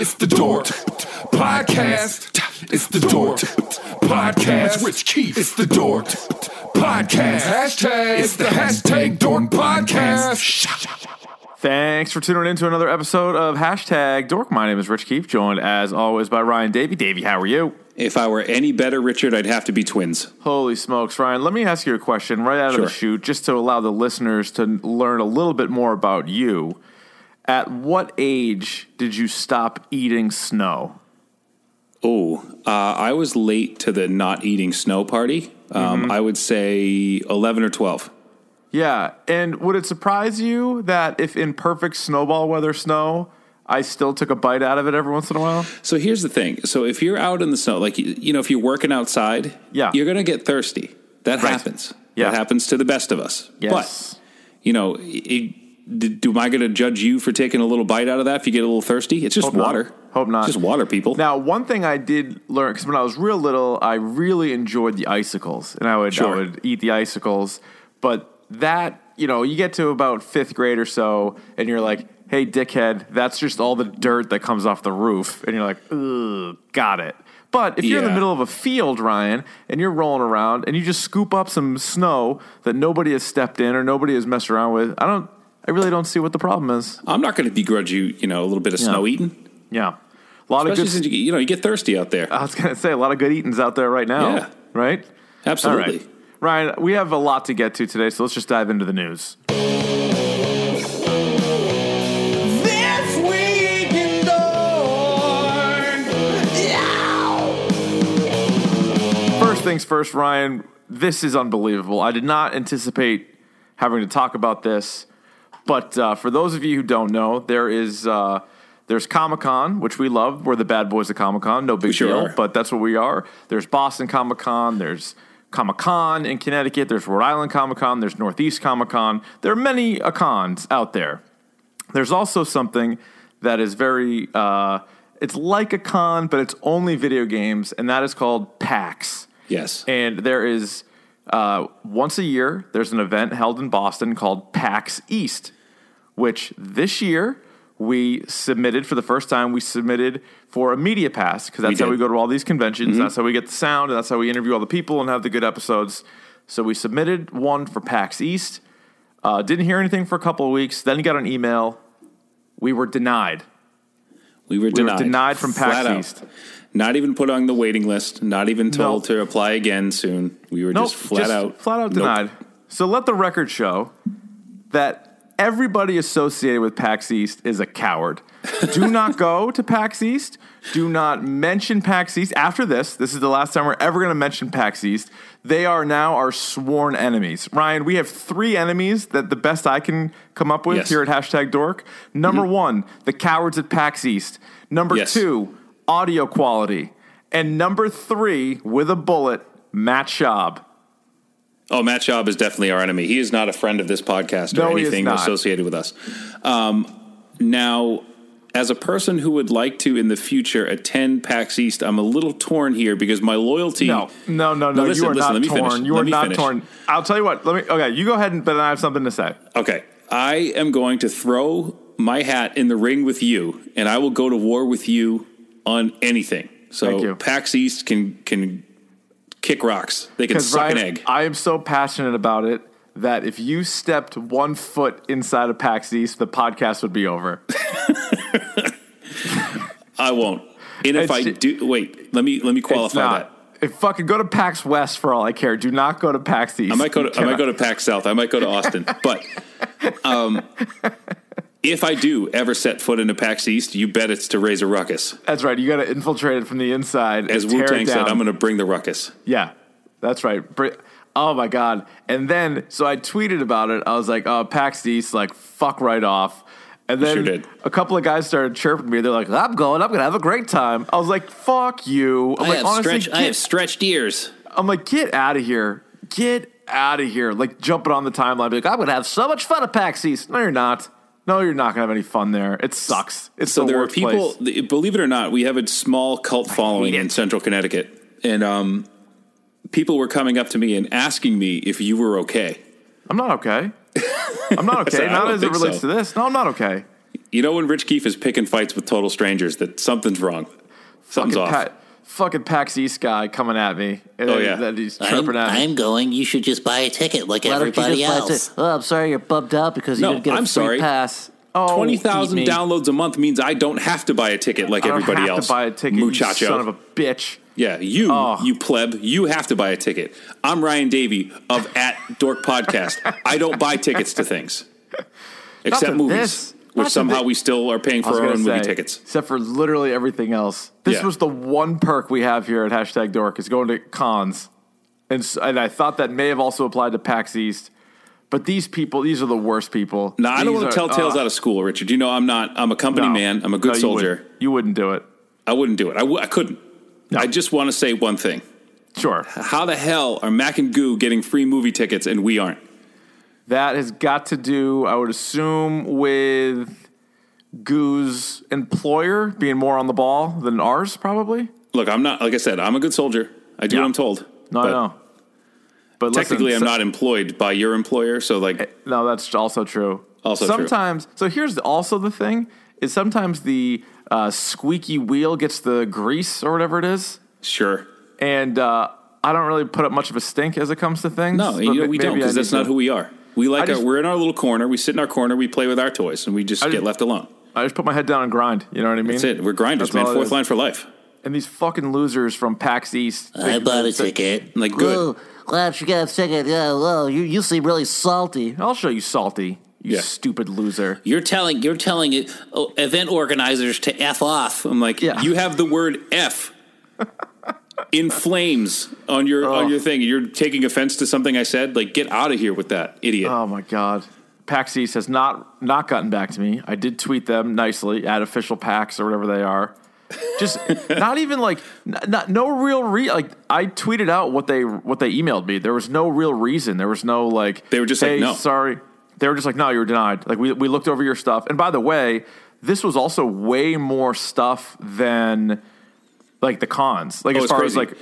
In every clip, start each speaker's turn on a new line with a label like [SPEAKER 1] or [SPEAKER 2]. [SPEAKER 1] It's the Dork Podcast. It's the Dork Podcast. Rich Keith. It's the Dork Podcast. Hashtag. It's the hashtag Dork Podcast.
[SPEAKER 2] Thanks for tuning in to another episode of Hashtag Dork. My name is Rich Keefe, joined as always by Ryan Davey. Davey, how are you?
[SPEAKER 3] If I were any better, Richard, I'd have to be twins.
[SPEAKER 2] Holy smokes, Ryan. Let me ask you a question right out of
[SPEAKER 3] Sure.
[SPEAKER 2] the chute, just to allow the listeners to learn a little bit more about you. At what age did you stop eating snow?
[SPEAKER 3] Oh, uh, I was late to the not eating snow party.
[SPEAKER 2] Mm-hmm.
[SPEAKER 3] Um, I would say 11 or 12.
[SPEAKER 2] Yeah, and would it surprise you that if in perfect snowball weather snow, I still took a bite out of it every once in a while?
[SPEAKER 3] So here's the thing. So if you're out in the snow, like, you you know, if you're working outside,
[SPEAKER 2] Yeah.
[SPEAKER 3] you're going to get thirsty. That happens.
[SPEAKER 2] Yeah.
[SPEAKER 3] That happens to the best of us.
[SPEAKER 2] Yes.
[SPEAKER 3] But, you know, it, d am I going to judge you for taking a little bite out of that if you get a little thirsty? It's just
[SPEAKER 2] Hope not.
[SPEAKER 3] water.
[SPEAKER 2] Hope not.
[SPEAKER 3] It's just water, people.
[SPEAKER 2] Now, one thing I did learn because when I was real little, I really enjoyed the icicles, and I would I
[SPEAKER 3] Sure.
[SPEAKER 2] would eat the icicles. But that you know, you get to about fifth grade or so, and you're like, "Hey, dickhead, that's just all the dirt that comes off the roof," and you're like, "Ugh, got it." But if you're in the
[SPEAKER 3] Yeah.
[SPEAKER 2] middle of a field, Ryan, and you're rolling around and you just scoop up some snow that nobody has stepped in or nobody has messed around with, I don't, I really don't see what the problem is.
[SPEAKER 3] I'm not going to begrudge you, you know, a little bit of snow eating.
[SPEAKER 2] Yeah, a lot
[SPEAKER 3] Especially
[SPEAKER 2] of good
[SPEAKER 3] since you, get- you know, you get thirsty out there.
[SPEAKER 2] I was gonna say a lot of good eatings out there right now.
[SPEAKER 3] Yeah.
[SPEAKER 2] Right? All
[SPEAKER 3] Absolutely.
[SPEAKER 2] right. Ryan, we have a lot to get to today, so let's just dive into the news.
[SPEAKER 4] This week in Dork.
[SPEAKER 2] First things first, Ryan, this is unbelievable. I did not anticipate having to talk about this, but uh, for those of you who don't know, there is uh, there's Comic Con, which we love. We're the bad boys of Comic Con, no big
[SPEAKER 3] sure
[SPEAKER 2] deal,
[SPEAKER 3] are.
[SPEAKER 2] but that's what we are. There's Boston Comic Con, there's Comic Con in Connecticut, there's Rhode Island Comic Con, there's Northeast Comic Con. There are many uh, cons out there. There's also something that is very, uh, it's like a con, but it's only video games, and that is called PAX.
[SPEAKER 3] Yes.
[SPEAKER 2] And there is, uh, once a year, there's an event held in Boston called PAX East, which this year we submitted for the first time. We submitted for a media pass because that's how
[SPEAKER 3] did. Mm-hmm.
[SPEAKER 2] we go to all these conventions. That's how we get the sound, and that's how we interview all the people and have the good episodes. So we submitted one for PAX East. Uh, didn't hear anything for a couple of weeks. Then got an email. We were denied.
[SPEAKER 3] We were
[SPEAKER 2] We were
[SPEAKER 3] denied.
[SPEAKER 2] denied from PAX
[SPEAKER 3] Flat out.
[SPEAKER 2] East.
[SPEAKER 3] Not even put on the waiting list. Not even told
[SPEAKER 2] No.
[SPEAKER 3] to apply again soon. We were
[SPEAKER 2] Nope,
[SPEAKER 3] just flat out.
[SPEAKER 2] flat out
[SPEAKER 3] nope.
[SPEAKER 2] denied. So let the record show that everybody associated with PAX East is a coward. Do not go to PAX East. Do not mention PAX East. After this, this is the last time we're ever going to mention PAX East. They are now our sworn enemies. Ryan, we have three enemies that the best I can come up with
[SPEAKER 3] Yes. Mm-hmm.
[SPEAKER 2] here at hashtag dork. Number one, the cowards at PAX East. Number
[SPEAKER 3] Yes.
[SPEAKER 2] two, audio quality. And number three, with a bullet, Matt Schaub.
[SPEAKER 3] Oh, Matt Schaub is definitely our enemy. He is not a friend of this podcast
[SPEAKER 2] No,
[SPEAKER 3] or
[SPEAKER 2] he is
[SPEAKER 3] anything
[SPEAKER 2] not.
[SPEAKER 3] associated with us. Um, now, as a person who would like to in the future attend PAX East, I'm a little torn here because my loyalty.
[SPEAKER 2] No, no, no, no.
[SPEAKER 3] listen,
[SPEAKER 2] you are
[SPEAKER 3] listen, let
[SPEAKER 2] not
[SPEAKER 3] me
[SPEAKER 2] torn.
[SPEAKER 3] finish.
[SPEAKER 2] You
[SPEAKER 3] Let
[SPEAKER 2] are
[SPEAKER 3] me
[SPEAKER 2] not
[SPEAKER 3] finish.
[SPEAKER 2] torn. I'll tell you what. Let me. Okay, you go ahead, and, but I have something to say.
[SPEAKER 3] Okay. I am going to throw my hat in the ring with you, and I will go to war with you on anything. So
[SPEAKER 2] Thank you.
[SPEAKER 3] PAX East can can kick rocks. They can suck
[SPEAKER 2] Ryan,
[SPEAKER 3] an egg.
[SPEAKER 2] I am so passionate about it that if you stepped one foot inside of PAX East, the podcast would be over.
[SPEAKER 3] I won't. And if
[SPEAKER 2] It's
[SPEAKER 3] I
[SPEAKER 2] ju-
[SPEAKER 3] do, wait. Let me let me
[SPEAKER 2] It's
[SPEAKER 3] qualify that.
[SPEAKER 2] not. If fucking go to PAX West for all I care. Do not go to PAX East.
[SPEAKER 3] I might go
[SPEAKER 2] You
[SPEAKER 3] to I might
[SPEAKER 2] cannot-
[SPEAKER 3] go to PAX South. I might go to Austin. but um, if I do ever set foot into PAX East, you bet it's to raise a ruckus.
[SPEAKER 2] That's right. You got to infiltrate it from the inside.
[SPEAKER 3] As
[SPEAKER 2] and tear
[SPEAKER 3] Wu
[SPEAKER 2] it
[SPEAKER 3] Tang said,
[SPEAKER 2] down.
[SPEAKER 3] I'm going to bring the ruckus.
[SPEAKER 2] Yeah, that's right. Br- Oh my god! And then so I tweeted about it. I was like, "Oh, PAX East, like fuck right off." And then
[SPEAKER 3] sure did.
[SPEAKER 2] a couple of guys started chirping me. They're like, "I'm going. I'm gonna have a great time." I was like, "Fuck you!" I'm
[SPEAKER 3] I
[SPEAKER 2] like,
[SPEAKER 3] have
[SPEAKER 2] honestly,
[SPEAKER 3] stretch. I
[SPEAKER 2] get-
[SPEAKER 3] have stretched ears.
[SPEAKER 2] I'm like, "Get out of here! Get out of here!" Like jumping on the timeline, be like, "I'm gonna have so much fun at PAX East." No, you're not. No, you're not gonna have any fun there. It sucks. It's
[SPEAKER 3] So
[SPEAKER 2] the
[SPEAKER 3] there are
[SPEAKER 2] worst
[SPEAKER 3] people.
[SPEAKER 2] place.
[SPEAKER 3] th- Believe it or not, we have a small cult following in Central Connecticut, and um, people were coming up to me and asking me if you were okay.
[SPEAKER 2] I'm not okay. I'm not
[SPEAKER 3] So
[SPEAKER 2] okay.
[SPEAKER 3] I
[SPEAKER 2] not
[SPEAKER 3] don't
[SPEAKER 2] as it
[SPEAKER 3] think
[SPEAKER 2] relates
[SPEAKER 3] so.
[SPEAKER 2] to this. No, I'm not okay.
[SPEAKER 3] You know when Rich Keefe is picking fights with total strangers that something's wrong, something's
[SPEAKER 2] fucking
[SPEAKER 3] off.
[SPEAKER 2] Pa- fucking PAX East guy coming at me. And
[SPEAKER 3] Oh,
[SPEAKER 2] then-
[SPEAKER 3] yeah.
[SPEAKER 2] then he's
[SPEAKER 5] I'm,
[SPEAKER 2] chirping at me.
[SPEAKER 5] I'm going. You should just buy a ticket like everybody else.
[SPEAKER 2] oh, I'm sorry you're bumped up because
[SPEAKER 3] you No, didn't get a I'm free sorry. pass.
[SPEAKER 2] Oh,
[SPEAKER 3] Twenty thousand
[SPEAKER 2] eat me.
[SPEAKER 3] downloads a month means I don't have to buy a ticket like
[SPEAKER 2] I don't
[SPEAKER 3] everybody
[SPEAKER 2] have
[SPEAKER 3] else.
[SPEAKER 2] To buy a ticket, you
[SPEAKER 3] muchacho.
[SPEAKER 2] son of a bitch.
[SPEAKER 3] Yeah, you,
[SPEAKER 2] Oh.
[SPEAKER 3] you pleb, you have to buy a ticket. I'm Ryan Davey of at Dork Podcast. I don't buy tickets to things, except
[SPEAKER 2] to
[SPEAKER 3] movies,
[SPEAKER 2] this. Not
[SPEAKER 3] which
[SPEAKER 2] to
[SPEAKER 3] somehow
[SPEAKER 2] thi-
[SPEAKER 3] we still are paying
[SPEAKER 2] I was
[SPEAKER 3] for our own
[SPEAKER 2] gonna
[SPEAKER 3] movie
[SPEAKER 2] say,
[SPEAKER 3] tickets.
[SPEAKER 2] except for literally everything else. This
[SPEAKER 3] Yeah.
[SPEAKER 2] was the one perk we have here at hashtag Dork is going to cons, and s- and I thought that may have also applied to PAX East, but these people, these are the worst people.
[SPEAKER 3] Now I don't want to tell tales
[SPEAKER 2] out
[SPEAKER 3] out of school, Richard. You know I'm not. I'm a company man. I'm a good soldier.
[SPEAKER 2] You wouldn't do it.
[SPEAKER 3] I wouldn't do it. I w- I couldn't. I just want to say one thing.
[SPEAKER 2] Sure.
[SPEAKER 3] How the hell are Mac and Goo getting free movie tickets and we aren't?
[SPEAKER 2] That has got to do, I would assume, with Goo's employer being more on the ball than ours, probably.
[SPEAKER 3] Look, I'm not. Like I said, I'm a good soldier. I do
[SPEAKER 2] Yeah.
[SPEAKER 3] what I'm told.
[SPEAKER 2] No,
[SPEAKER 3] But
[SPEAKER 2] I know. But
[SPEAKER 3] Technically,
[SPEAKER 2] listen, Eh.
[SPEAKER 3] I'm not employed by your employer, so like
[SPEAKER 2] so- No, that's also true.
[SPEAKER 3] Also true.
[SPEAKER 2] sometimes. So here's the- also the thing: is sometimes the uh, squeaky wheel gets the grease or whatever it is,
[SPEAKER 3] sure.
[SPEAKER 2] and uh, I don't really put up much of a stink as it comes to things.
[SPEAKER 3] No,
[SPEAKER 2] but
[SPEAKER 3] you know,
[SPEAKER 2] ma-
[SPEAKER 3] we don't
[SPEAKER 2] maybe I
[SPEAKER 3] because that's
[SPEAKER 2] need
[SPEAKER 3] not
[SPEAKER 2] to.
[SPEAKER 3] who we are. We like
[SPEAKER 2] just-
[SPEAKER 3] our, we're in our little corner. We sit in our corner. We play with our toys, and we just get
[SPEAKER 2] just-
[SPEAKER 3] left alone.
[SPEAKER 2] I just put my head down and grind. You know what I mean?
[SPEAKER 3] That's it. We're grinders,
[SPEAKER 2] That's
[SPEAKER 3] man.
[SPEAKER 2] all it
[SPEAKER 3] Fourth
[SPEAKER 2] is.
[SPEAKER 3] line for life.
[SPEAKER 2] And these fucking losers from PAX East.
[SPEAKER 5] I bought a ticket.
[SPEAKER 3] Like good.
[SPEAKER 5] Whoa, Oh, glad you got a ticket. Yeah, whoa, you, you seem really salty.
[SPEAKER 2] I'll show you salty, you
[SPEAKER 3] Yeah.
[SPEAKER 2] stupid loser.
[SPEAKER 5] You're telling you're telling it, oh, event organizers to f off.
[SPEAKER 3] I'm like,
[SPEAKER 2] Yeah.
[SPEAKER 3] you have the word F in flames on your
[SPEAKER 2] Oh.
[SPEAKER 3] on your thing. You're taking offense to something I said. Like, get out of here with that, idiot.
[SPEAKER 2] Oh my god. PAX East has not not gotten back to me. I did tweet them nicely at official PAX or whatever they are. Just not even like n- not, no real re like I tweeted out what they what they emailed me. There was no real reason. There was no like
[SPEAKER 3] They were just like,
[SPEAKER 2] "Hey,
[SPEAKER 3] no."
[SPEAKER 2] sorry. They were just like no, you were denied. Like we we looked over your stuff. And by the way, this was also way more stuff than like the cons. Like
[SPEAKER 3] Oh,
[SPEAKER 2] as
[SPEAKER 3] it's
[SPEAKER 2] far as
[SPEAKER 3] crazy.
[SPEAKER 2] like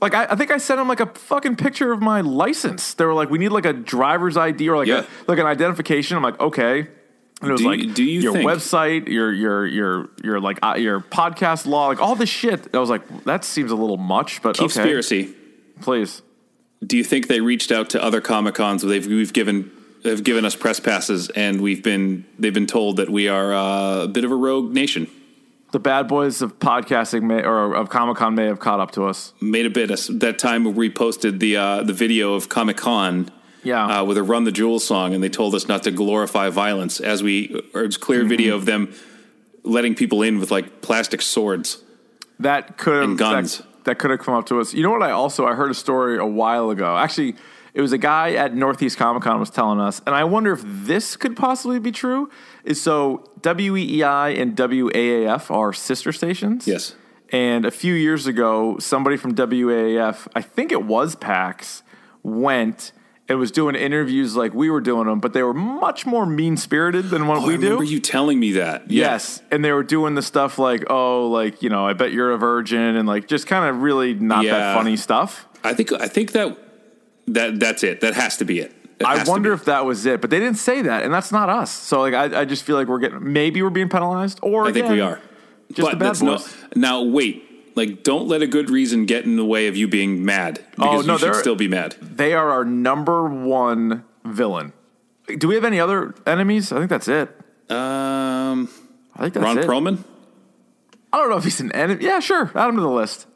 [SPEAKER 2] like I, I think I sent them like a fucking picture of my license. They were like, we need like a driver's ID or like
[SPEAKER 3] Yeah.
[SPEAKER 2] a, like an identification. I'm like, okay. And it was
[SPEAKER 3] Do
[SPEAKER 2] like,
[SPEAKER 3] you- do you
[SPEAKER 2] your
[SPEAKER 3] think-
[SPEAKER 2] website, your your your your like uh, your podcast law, like all this shit. I was like, that seems a little much, but okay,
[SPEAKER 3] Conspiracy.
[SPEAKER 2] please.
[SPEAKER 3] Do you think they reached out to other comic cons? They've we've given have given us press passes, and we've been they've been told that we are uh, a bit of a rogue nation.
[SPEAKER 2] The bad boys of podcasting may or of Comic Con may have caught up to us.
[SPEAKER 3] made a bit us that time we posted the uh, the video of Comic Con.
[SPEAKER 2] Yeah.
[SPEAKER 3] uh, with a "Run the Jewels" song, and they told us not to glorify violence. As we, or it's
[SPEAKER 2] Mm-hmm.
[SPEAKER 3] clear video of them letting people in with like plastic swords.
[SPEAKER 2] That could have
[SPEAKER 3] And guns.
[SPEAKER 2] That, that could have come up to us. You know what? I also I heard a story a while ago. Actually, it was a guy at Northeast Comic Con was telling us, and I wonder if this could possibly be true. Is so WEEI and WAAF are sister stations.
[SPEAKER 3] Yes.
[SPEAKER 2] And a few years ago, somebody from WAAF, I think it was PAX, went and was doing interviews like we were doing them, but they were much more mean spirited than what
[SPEAKER 3] Oh,
[SPEAKER 2] we
[SPEAKER 3] I
[SPEAKER 2] do.
[SPEAKER 3] remember you telling me that. Yeah.
[SPEAKER 2] Yes, and they were doing the stuff like, oh, like you know, I bet you're a virgin, and like just kind of really not
[SPEAKER 3] Yeah.
[SPEAKER 2] that funny stuff.
[SPEAKER 3] I think I think that that that's it. That has to be it. That
[SPEAKER 2] I
[SPEAKER 3] has to
[SPEAKER 2] wonder
[SPEAKER 3] be.
[SPEAKER 2] if that was it, but they didn't say that, and that's not us. So like, I, I just feel like we're getting maybe we're being penalized, or
[SPEAKER 3] I think
[SPEAKER 2] again,
[SPEAKER 3] we are.
[SPEAKER 2] just the bad boys.
[SPEAKER 3] no. Now wait. Like, don't let a good reason get in the way of you being mad.
[SPEAKER 2] Oh,
[SPEAKER 3] Because
[SPEAKER 2] no,
[SPEAKER 3] you should
[SPEAKER 2] they're-
[SPEAKER 3] still be mad.
[SPEAKER 2] They are our number one villain. Do we have any other enemies? I think that's it.
[SPEAKER 3] Um,
[SPEAKER 2] I think that's
[SPEAKER 3] Ron
[SPEAKER 2] it.
[SPEAKER 3] Perlman.
[SPEAKER 2] I don't know if he's an enemy. Yeah, sure. Add him to the list.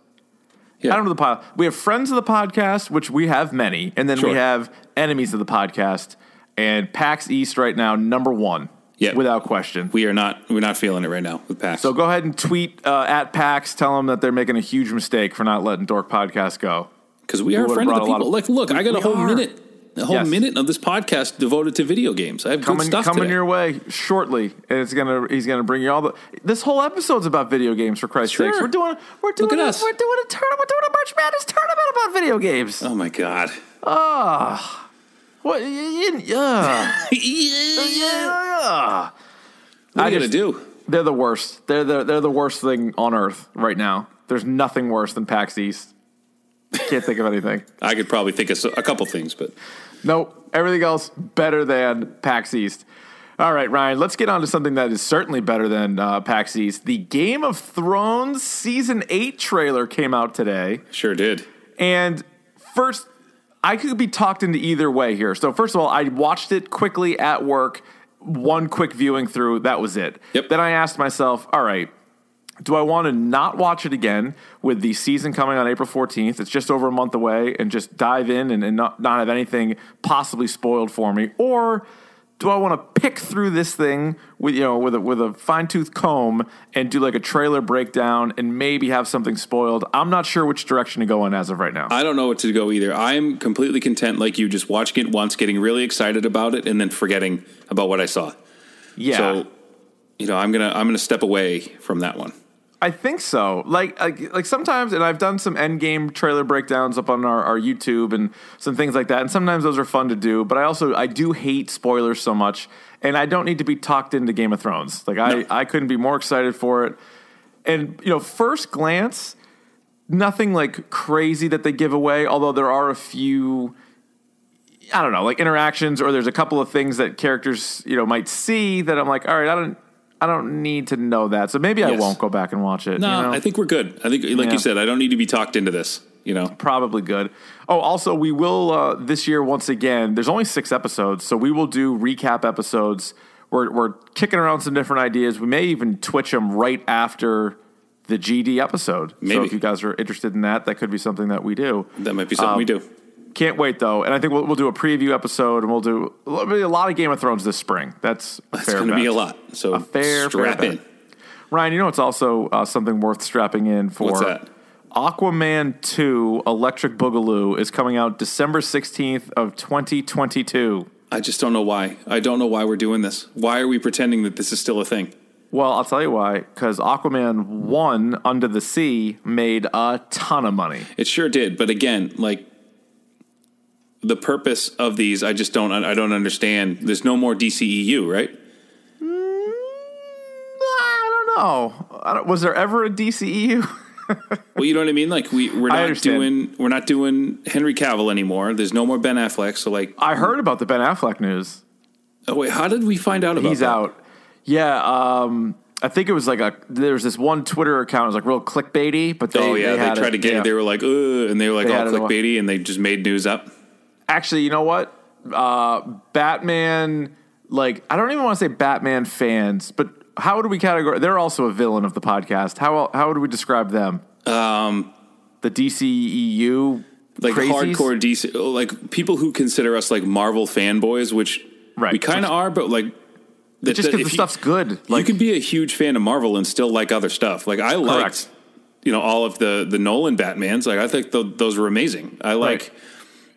[SPEAKER 3] Yeah.
[SPEAKER 2] Add him to the pod. We have friends of the podcast, which we have many, and then
[SPEAKER 3] Sure.
[SPEAKER 2] we have enemies of the podcast. And PAX East right now, number one,
[SPEAKER 3] Yeah.
[SPEAKER 2] without question.
[SPEAKER 3] we are not we're not feeling it right now with PAX.
[SPEAKER 2] so go ahead and tweet uh, at PAX. Tell them that they're making a huge mistech for not letting Dork Podcast go.
[SPEAKER 3] because we are
[SPEAKER 2] would've
[SPEAKER 3] a friend of
[SPEAKER 2] brought a
[SPEAKER 3] the
[SPEAKER 2] lot
[SPEAKER 3] people.
[SPEAKER 2] of-
[SPEAKER 3] Look, look, I got a
[SPEAKER 2] We
[SPEAKER 3] whole
[SPEAKER 2] are.
[SPEAKER 3] minute. a whole
[SPEAKER 2] Yes.
[SPEAKER 3] minute of this podcast devoted to video games. I have good
[SPEAKER 2] coming
[SPEAKER 3] stuff
[SPEAKER 2] coming
[SPEAKER 3] today.
[SPEAKER 2] your way shortly, and it's gonna he's gonna bring you all the. This whole episode's about video games for Christ's
[SPEAKER 3] Sure.
[SPEAKER 2] sakes. We're doing we're doing
[SPEAKER 3] Look at
[SPEAKER 2] a,
[SPEAKER 3] us.
[SPEAKER 2] we're doing a tournament. We're doing a March Madness tournament about video games.
[SPEAKER 3] oh my god.
[SPEAKER 2] Ah. What? Yeah, yeah, yeah.
[SPEAKER 3] What are
[SPEAKER 2] I
[SPEAKER 3] you gonna
[SPEAKER 2] just-
[SPEAKER 3] do?
[SPEAKER 2] They're the worst. They're the they're the worst thing on earth right now. There's nothing worse than PAX East. Can't think of anything.
[SPEAKER 3] I could probably think of so- a couple things, but
[SPEAKER 2] Nope. Everything else better than PAX East. All right, Ryan, let's get on to something that is certainly better than uh, PAX East. The Game of Thrones Season 8 trailer came out today.
[SPEAKER 3] sure did.
[SPEAKER 2] And first, I could be talked into either way here. So, first of all, I watched it quickly at work, one quick viewing through, that was it.
[SPEAKER 3] Yep.
[SPEAKER 2] Then I asked myself, all right, do I want to not watch it again with the season coming on April 14th? It's just over a month away and just dive in and, and not, not have anything possibly spoiled for me? Or do I want to pick through this thing with you know with a, with a fine tooth comb and do like a trailer breakdown and maybe have something spoiled? I'm not sure which direction to go in as of right now.
[SPEAKER 3] I don't know what to go either. I'm completely content, like you, just watching it once, getting really excited about it, and then forgetting about what I saw.
[SPEAKER 2] yeah.
[SPEAKER 3] So, you know, I'm gonna I'm gonna step away from that one.
[SPEAKER 2] I think so. Like, like, like sometimes, and I've done some Endgame trailer breakdowns up on our, our YouTube and some things like that. And sometimes those are fun to do. But I also I do hate spoilers so much, and I don't need to be talked into Game of Thrones. Like I I couldn't be more excited for it. And you know, first glance, nothing like crazy that they give away. Although there are a few I don't know, like interactions, or there's a couple of things that characters you know might see that I'm like, all right, I don't, I don't need to know that, so maybe I
[SPEAKER 3] Yes.
[SPEAKER 2] won't go back and watch it.
[SPEAKER 3] No,
[SPEAKER 2] you know?
[SPEAKER 3] I think we're good. I think, like
[SPEAKER 2] Yeah.
[SPEAKER 3] you said, I don't need to be talked into this. You know,
[SPEAKER 2] probably good. Oh, also, we will uh, this year once again. There's only six episodes, so we will do recap episodes. We're we're kicking around some different ideas. We may even twitch them right after the GD episode. So
[SPEAKER 3] Maybe.
[SPEAKER 2] if you guys are interested in that, that could be something that we do.
[SPEAKER 3] that might be something we do.
[SPEAKER 2] Can't wait though, and I think we'll, we'll do a preview episode, and we'll do it'll be a lot of Game of Thrones this spring. That's a
[SPEAKER 3] It's
[SPEAKER 2] fair
[SPEAKER 3] going to be
[SPEAKER 2] bet.
[SPEAKER 3] a lot. So
[SPEAKER 2] fair,
[SPEAKER 3] strap
[SPEAKER 2] fair
[SPEAKER 3] in.
[SPEAKER 2] bet. Ryan, you know it's also uh, something worth strapping in for.
[SPEAKER 3] What's that?
[SPEAKER 2] Aquaman 2 Electric Boogaloo is coming out December 16th of 2022.
[SPEAKER 3] I just don't know why. I don't know why we're doing this. Why are we pretending that this is still a thing?
[SPEAKER 2] Well, I'll tell you why cuz Aquaman 1 Under the Sea made a ton of money.
[SPEAKER 3] It sure did, but again, like the purpose of these, I just don't. I don't understand. There's no more DCEU, right?
[SPEAKER 2] Mm, I don't know. I don't, was there ever a E DCEU?
[SPEAKER 3] Well, you know what I mean. Like we we're
[SPEAKER 2] I
[SPEAKER 3] not
[SPEAKER 2] understand.
[SPEAKER 3] doing we're not doing Henry Cavill anymore. There's no more Ben Affleck. So like,
[SPEAKER 2] I heard about the Ben Affleck news.
[SPEAKER 3] oh wait, how did we find out about?
[SPEAKER 2] He's
[SPEAKER 3] that?
[SPEAKER 2] out. Yeah, um I think it was like a there was this one Twitter account. It was like real clickbaity, but they
[SPEAKER 3] oh yeah, they,
[SPEAKER 2] had
[SPEAKER 3] tried
[SPEAKER 2] it-
[SPEAKER 3] to get.
[SPEAKER 2] yeah.
[SPEAKER 3] it. They were like, Ugh, and they were like
[SPEAKER 2] They
[SPEAKER 3] all
[SPEAKER 2] had it a-
[SPEAKER 3] clickbaity, and they just made news up.
[SPEAKER 2] actually, you know what? Uh, Batman, like, I don't even want to say Batman fans, but how would we categorize? They're also a villain of the podcast. How how would we describe them?
[SPEAKER 3] Um,
[SPEAKER 2] The DCEU,
[SPEAKER 3] like
[SPEAKER 2] crazies?
[SPEAKER 3] hardcore DC, like people who consider us like Marvel fanboys, which
[SPEAKER 2] Right.
[SPEAKER 3] we kind of are, but like that,
[SPEAKER 2] Just
[SPEAKER 3] that-
[SPEAKER 2] because
[SPEAKER 3] if
[SPEAKER 2] the
[SPEAKER 3] you-
[SPEAKER 2] stuff's good,
[SPEAKER 3] you
[SPEAKER 2] like
[SPEAKER 3] can be a huge fan of Marvel and still like other stuff. Like I liked,
[SPEAKER 2] Correct.
[SPEAKER 3] you know, all of the the Nolan Batman's. Like I think th- those were amazing. I like,
[SPEAKER 2] Right.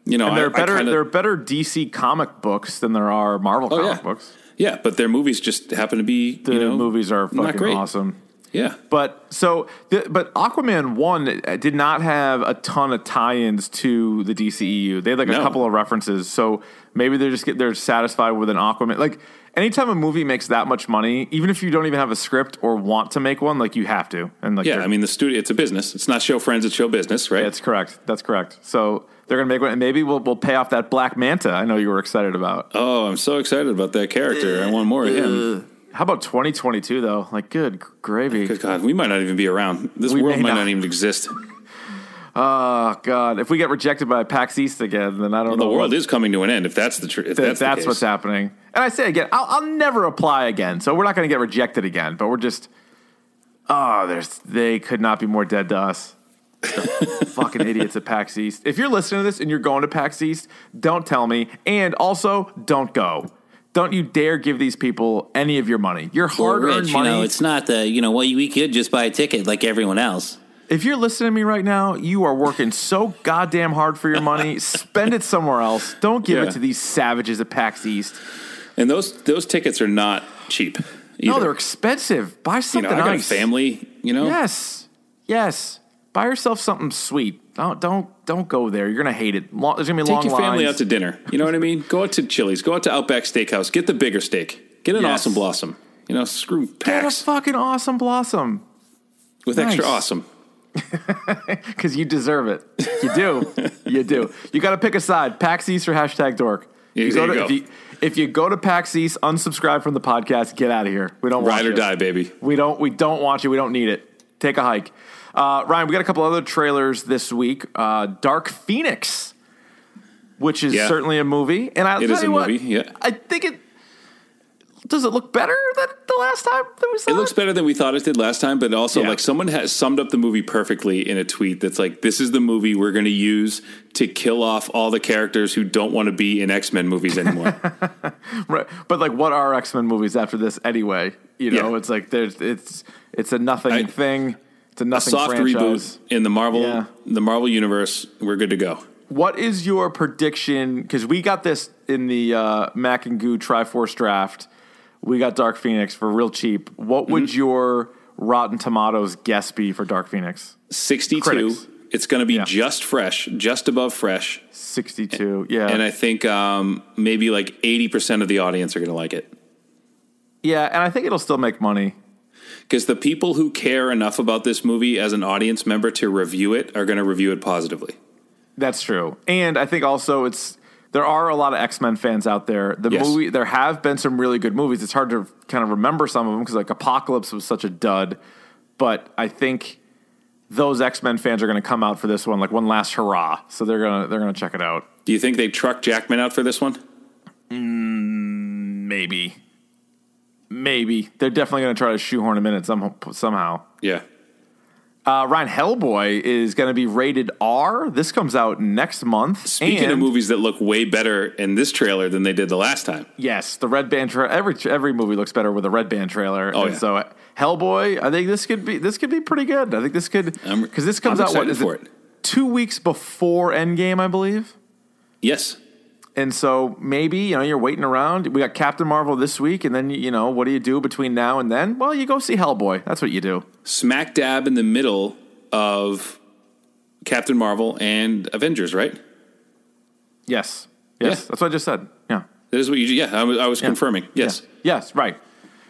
[SPEAKER 3] you know,
[SPEAKER 2] and there are
[SPEAKER 3] I- I
[SPEAKER 2] better
[SPEAKER 3] kinda-
[SPEAKER 2] there are better DC comic books than there are Marvel
[SPEAKER 3] Oh,
[SPEAKER 2] comic
[SPEAKER 3] yeah.
[SPEAKER 2] books.
[SPEAKER 3] yeah, but their movies just happen to be
[SPEAKER 2] The
[SPEAKER 3] you know
[SPEAKER 2] movies are
[SPEAKER 3] not
[SPEAKER 2] fucking
[SPEAKER 3] great.
[SPEAKER 2] awesome.
[SPEAKER 3] Yeah,
[SPEAKER 2] But so, the, but Aquaman one did not have a ton of tie-ins to the DCEU. They had like a
[SPEAKER 3] No.
[SPEAKER 2] couple of references, so maybe they're just get, they're satisfied with an Aquaman. Like anytime a movie makes that much money, even if you don't even have a script or want to make one, like you have to. And like
[SPEAKER 3] yeah.
[SPEAKER 2] they're-
[SPEAKER 3] I mean, the studio. It's a business. It's not show friends. It's show business, right?
[SPEAKER 2] that's correct. That's correct. So they're gonna make one, and maybe we'll we'll pay off that Black Manta. I know you were excited about.
[SPEAKER 3] oh, I'm so excited about that character. I want more of him.
[SPEAKER 2] How about 2022 though? Like good gravy.
[SPEAKER 3] Good God, we might not even be around. This
[SPEAKER 2] Uh, We
[SPEAKER 3] world
[SPEAKER 2] may
[SPEAKER 3] might not.
[SPEAKER 2] not.
[SPEAKER 3] even exist.
[SPEAKER 2] Oh god, if we get rejected by PAX East again, then I don't know.
[SPEAKER 3] The
[SPEAKER 2] what-
[SPEAKER 3] world is coming to an end. If that's the truth, if
[SPEAKER 2] that
[SPEAKER 3] that's,
[SPEAKER 2] that's,
[SPEAKER 3] the case.
[SPEAKER 2] what's happening. And I say again, I'll, I'll never apply again. So we're not going to get rejected again. But we're just, oh, there's they could not be more dead to us. They're fucking idiots at PAX East. If you're listening to this and you're going to PAX East, don't tell me. And also, don't go. Don't you dare give these people any of your money. Your
[SPEAKER 5] Or
[SPEAKER 2] hard
[SPEAKER 5] rich,
[SPEAKER 2] earned
[SPEAKER 5] you
[SPEAKER 2] money.
[SPEAKER 5] know, it's not the you know, well, we could just buy a ticket like everyone else.
[SPEAKER 2] If you're listening to me right now, you are working so goddamn hard for your money. Spend it somewhere else. Don't give
[SPEAKER 3] Yeah.
[SPEAKER 2] it to these savages at PAX East.
[SPEAKER 3] And those those tickets are not cheap.
[SPEAKER 2] No,
[SPEAKER 3] either.
[SPEAKER 2] they're expensive. Buy
[SPEAKER 3] you
[SPEAKER 2] something
[SPEAKER 3] know I got a
[SPEAKER 2] nice.
[SPEAKER 3] family. You know,
[SPEAKER 2] Yes, yes. Buy yourself something sweet. Don't don't don't go there. You're gonna hate it. Long, there's gonna be
[SPEAKER 3] take
[SPEAKER 2] long
[SPEAKER 3] your family
[SPEAKER 2] lines.
[SPEAKER 3] out to dinner. You know what I mean? Go out to Chili's. Go out to Outback Steakhouse. Get the bigger steak. Get an
[SPEAKER 2] Yes.
[SPEAKER 3] awesome blossom. You know, screw
[SPEAKER 2] Get a
[SPEAKER 3] packs
[SPEAKER 2] fucking awesome blossom
[SPEAKER 3] with extra
[SPEAKER 2] nice.
[SPEAKER 3] awesome.
[SPEAKER 2] because you deserve it. You do. you do. You got to pick a side. PAX East or hashtag Dork.
[SPEAKER 3] Yeah,
[SPEAKER 2] go
[SPEAKER 3] there
[SPEAKER 2] to,
[SPEAKER 3] you
[SPEAKER 2] If,
[SPEAKER 3] go.
[SPEAKER 2] you, if you go to PAX East, unsubscribe from the podcast. Get out of here. We don't
[SPEAKER 3] Ride
[SPEAKER 2] want
[SPEAKER 3] or
[SPEAKER 2] you.
[SPEAKER 3] die, baby.
[SPEAKER 2] We don't. We don't want you. We don't need it. Take a hike. Uh, Ryan, we got a couple other trailers this week. Uh, Dark Phoenix, which is
[SPEAKER 3] Yeah.
[SPEAKER 2] certainly a movie, and I
[SPEAKER 3] It
[SPEAKER 2] tell
[SPEAKER 3] is
[SPEAKER 2] you
[SPEAKER 3] a
[SPEAKER 2] what,
[SPEAKER 3] movie, yeah.
[SPEAKER 2] I think it does. It look better than the last time that we saw.
[SPEAKER 3] It looks better than we thought it did last time, but also
[SPEAKER 2] Yeah.
[SPEAKER 3] like someone has summed up the movie perfectly in a tweet that's like, "This is the movie we're going to use to kill off all the characters who don't want to be in X Men movies anymore."
[SPEAKER 2] Right. But like, what are X Men movies after this anyway? You know,
[SPEAKER 3] Yeah.
[SPEAKER 2] it's like there's it's it's a nothing
[SPEAKER 3] I-
[SPEAKER 2] thing. It's a
[SPEAKER 3] a
[SPEAKER 2] nothing
[SPEAKER 3] soft
[SPEAKER 2] franchise.
[SPEAKER 3] reboot in the Marvel
[SPEAKER 2] Yeah.
[SPEAKER 3] the Marvel universe. We're good to go.
[SPEAKER 2] What is your prediction? Because we got this in the uh, Mac and Goo Triforce draft. We got Dark Phoenix for real cheap. What
[SPEAKER 3] Mm-hmm.
[SPEAKER 2] would your Rotten Tomatoes guess be for Dark Phoenix?
[SPEAKER 3] 62.
[SPEAKER 2] Critics.
[SPEAKER 3] It's going to be
[SPEAKER 2] Yeah.
[SPEAKER 3] just fresh, just above fresh.
[SPEAKER 2] 62. Yeah.
[SPEAKER 3] And I think um, maybe like 80% of the audience are going to like it.
[SPEAKER 2] yeah. And I think it'll still make money.
[SPEAKER 3] Because the people who care enough about this movie as an audience member to review it are going to review it positively.
[SPEAKER 2] That's true. And I think also it's there are a lot of X Men fans out there. The
[SPEAKER 3] Yes.
[SPEAKER 2] movie there have been some really good movies. It's hard to kind of remember some of them because like Apocalypse was such a dud. But I think those X Men fans are going to come out for this one like one last hurrah. So they're gonna they're gonna check it out.
[SPEAKER 3] Do you think they truck Jackman out for this one?
[SPEAKER 2] Maybe, maybe they're definitely going to try to shoehorn him in it some, somehow.
[SPEAKER 3] Yeah.
[SPEAKER 2] Uh, Ryan Hellboy is going to be rated R. This comes out next month.
[SPEAKER 3] Speaking of
[SPEAKER 2] And-
[SPEAKER 3] movies that look way better in this trailer than they did the last time,
[SPEAKER 2] Yes, the red band trailer. Every every movie looks better with a red band trailer.
[SPEAKER 3] Oh,
[SPEAKER 2] and
[SPEAKER 3] yeah.
[SPEAKER 2] So Hellboy, I think this could be this could be pretty good. I think this could
[SPEAKER 3] I'm-
[SPEAKER 2] because this comes
[SPEAKER 3] I'm
[SPEAKER 2] out what
[SPEAKER 3] excited
[SPEAKER 2] is
[SPEAKER 3] for
[SPEAKER 2] it,
[SPEAKER 3] it.
[SPEAKER 2] two weeks before Endgame, I believe.
[SPEAKER 3] yes,
[SPEAKER 2] And so maybe you know you're waiting around. We got Captain Marvel this week, and then you know what do you do between now and then? Well, you go see Hellboy. That's what you do.
[SPEAKER 3] smack dab in the middle of Captain Marvel and Avengers, right?
[SPEAKER 2] Yes, yes,
[SPEAKER 3] Yeah.
[SPEAKER 2] that's what I just said. Yeah.
[SPEAKER 3] That is what you. Yeah, I was, I was confirming. Yes,
[SPEAKER 2] Yeah. Yes, right.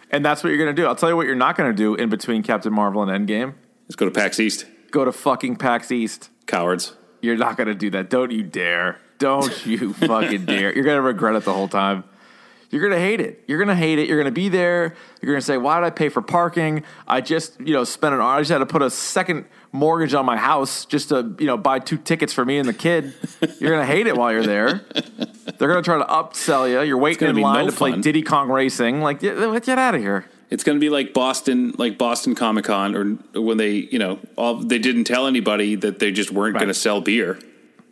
[SPEAKER 2] And that's what you're gonna do. I'll tell you what you're not gonna do in between Captain Marvel and Endgame.
[SPEAKER 3] let's go to PAX East.
[SPEAKER 2] Go to fucking PAX East.
[SPEAKER 3] Cowards.
[SPEAKER 2] You're not going to do that. Don't you dare. Don't you fucking dare. You're going to regret it the whole time. You're going to hate it. You're going to hate it. You're going to be there. You're going to say, "Why did I pay for parking? I just, you know, spent an I just had to put a second mortgage on my house just to, you know, buy two tickets for me and the kid." You're going to hate it while you're there. They're going to try to upsell you. You're waiting
[SPEAKER 3] gonna
[SPEAKER 2] in
[SPEAKER 3] be
[SPEAKER 2] line
[SPEAKER 3] no
[SPEAKER 2] to play
[SPEAKER 3] fun.
[SPEAKER 2] Diddy Kong Racing. Like, get, get out of here.
[SPEAKER 3] It's going to be like Boston, like Boston Comic Con, or when they, you know, all they didn't tell anybody that they just weren't going to sell beer.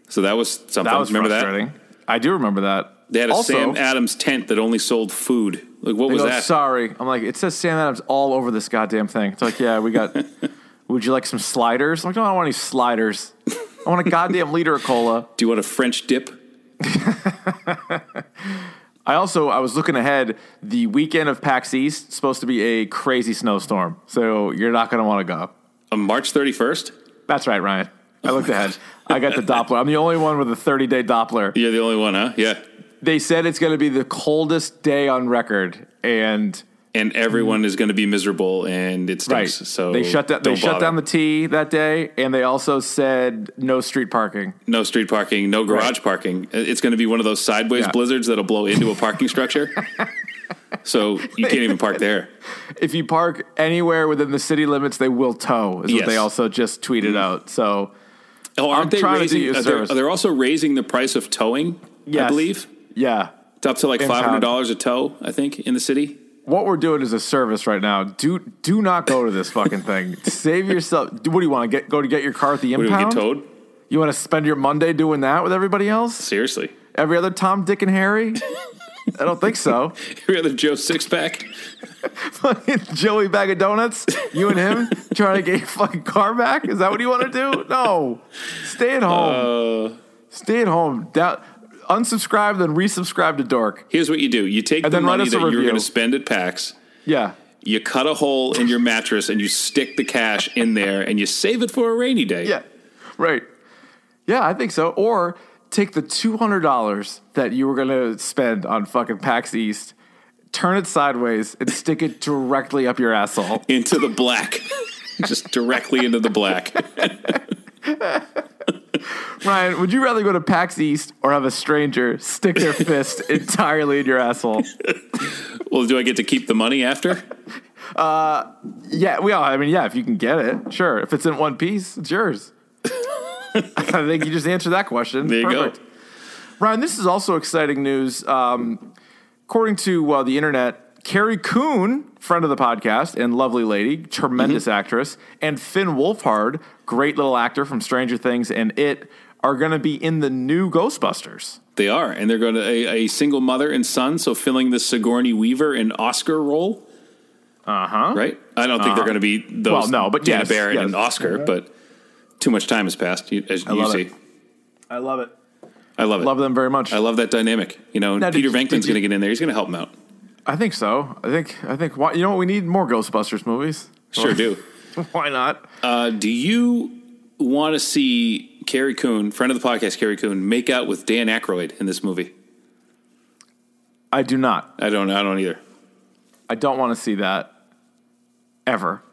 [SPEAKER 3] So that was something.
[SPEAKER 2] That was
[SPEAKER 3] Remember
[SPEAKER 2] frustrating.
[SPEAKER 3] that?
[SPEAKER 2] I do remember that.
[SPEAKER 3] They had a
[SPEAKER 2] Also-
[SPEAKER 3] Sam Adams tent that only sold food. Like what
[SPEAKER 2] They
[SPEAKER 3] was
[SPEAKER 2] go,
[SPEAKER 3] that?
[SPEAKER 2] Sorry. I'm like, it says Sam Adams all over this goddamn thing. It's like, yeah, we got. would you like some sliders? I'm like, no, I don't want any sliders. I want a goddamn liter of cola.
[SPEAKER 3] Do you want a French dip?
[SPEAKER 2] I also I was looking ahead. The weekend of PAX East is supposed to be a crazy snowstorm, so you're not going to want to go.
[SPEAKER 3] On March thirty first,
[SPEAKER 2] That's right, Ryan. I looked ahead. I got the Doppler. I'm the only one with a 30 day Doppler.
[SPEAKER 3] you're the only one, huh? Yeah,
[SPEAKER 2] They said it's going to be the coldest day on record, and
[SPEAKER 3] and everyone is going to be miserable, and it
[SPEAKER 2] Right.
[SPEAKER 3] stinks. So
[SPEAKER 2] they shut down. They
[SPEAKER 3] don't
[SPEAKER 2] shut
[SPEAKER 3] bother.
[SPEAKER 2] down the T that day, and they also said no street parking.
[SPEAKER 3] no street parking, no garage
[SPEAKER 2] Right.
[SPEAKER 3] parking. It's going to be one of those sideways
[SPEAKER 2] Yeah.
[SPEAKER 3] blizzards that'll blow into a parking structure. so you can't even park there.
[SPEAKER 2] If you park anywhere within the city limits, they will tow. Is
[SPEAKER 3] Yes. Mm-hmm.
[SPEAKER 2] what they also just tweeted out. So
[SPEAKER 3] Oh,
[SPEAKER 2] I'm
[SPEAKER 3] aren't they
[SPEAKER 2] trying to do
[SPEAKER 3] raising?
[SPEAKER 2] you a
[SPEAKER 3] Are they,
[SPEAKER 2] service.
[SPEAKER 3] are they also raising the price of towing? I
[SPEAKER 2] Yes.
[SPEAKER 3] believe
[SPEAKER 2] yeah,
[SPEAKER 3] it's up to like
[SPEAKER 2] In
[SPEAKER 3] five
[SPEAKER 2] town.
[SPEAKER 3] hundred dollars a tow. I think in the city.
[SPEAKER 2] what we're doing is a service right now. Do do not go to this fucking thing. Save yourself. What do you want to get? Go to get your car at the
[SPEAKER 3] What do we get
[SPEAKER 2] impound.
[SPEAKER 3] towed?
[SPEAKER 2] you want to spend your Monday doing that with everybody else?
[SPEAKER 3] Seriously,
[SPEAKER 2] Every other Tom, Dick, and Harry. I don't think so.
[SPEAKER 3] You're the Joe Sixpack.
[SPEAKER 2] fucking Joey bag of donuts, you and him trying to get your fucking car back? Is that what you want to do? No. Stay at home. Stay at home. Down, unsubscribe, then resubscribe to Dork.
[SPEAKER 3] Here's what you do: you take
[SPEAKER 2] And
[SPEAKER 3] the
[SPEAKER 2] then write
[SPEAKER 3] money
[SPEAKER 2] us a
[SPEAKER 3] that you're
[SPEAKER 2] review.
[SPEAKER 3] going to spend at PAX,
[SPEAKER 2] Yeah.
[SPEAKER 3] you cut a hole in your mattress, and you stick the cash in there, and you save it for a rainy day.
[SPEAKER 2] Yeah. Right. Yeah, I think so. Or take the $200 that you were going to spend on fucking PAX East, turn it sideways, and stick it directly up your asshole.
[SPEAKER 3] into the black, just directly into the black.
[SPEAKER 2] Ryan, would you rather go to PAX East or have a stranger stick their fist entirely in your asshole?
[SPEAKER 3] Well, do I get to keep the money after?
[SPEAKER 2] Yeah, well, I mean, yeah, if you can get it, sure. If it's in one piece, it's yours. I think you just answered that question.
[SPEAKER 3] There you go.
[SPEAKER 2] go. Ryan, this is also exciting news. Um, according to uh, the internet, Carrie Coon, friend of the podcast and lovely lady, tremendous
[SPEAKER 3] Mm-hmm.
[SPEAKER 2] actress, and Finn Wolfhard, great little actor from Stranger Things and It, are going to be in the new Ghostbusters.
[SPEAKER 3] They are, and they're going to a, a single mother and son, so filling the Sigourney Weaver and Oscar role. Uh huh. Right. I don't think they're going to be those.
[SPEAKER 2] Uh-huh. Well, no, but
[SPEAKER 3] Dana
[SPEAKER 2] yes,
[SPEAKER 3] Barron
[SPEAKER 2] yes.
[SPEAKER 3] and Oscar, but too much time has passed. you- As you
[SPEAKER 2] love
[SPEAKER 3] see,
[SPEAKER 2] it. I love it.
[SPEAKER 3] I love it.
[SPEAKER 2] Love them very much.
[SPEAKER 3] I love that dynamic. You know, and
[SPEAKER 2] Now, did
[SPEAKER 3] Peter
[SPEAKER 2] you- did
[SPEAKER 3] Venkman's
[SPEAKER 2] you-
[SPEAKER 3] going to get in there. He's going to help him out.
[SPEAKER 2] I think so. I think. I think. Why, you know what? We need more Ghostbusters movies.
[SPEAKER 3] Sure do.
[SPEAKER 2] Why not?
[SPEAKER 3] Uh, do you want to see Carrie Coon, friend of the podcast, Carrie Coon, make out with Dan Aykroyd in this movie?
[SPEAKER 2] I do not.
[SPEAKER 3] I don't. I don't either.
[SPEAKER 2] I don't want to see that ever.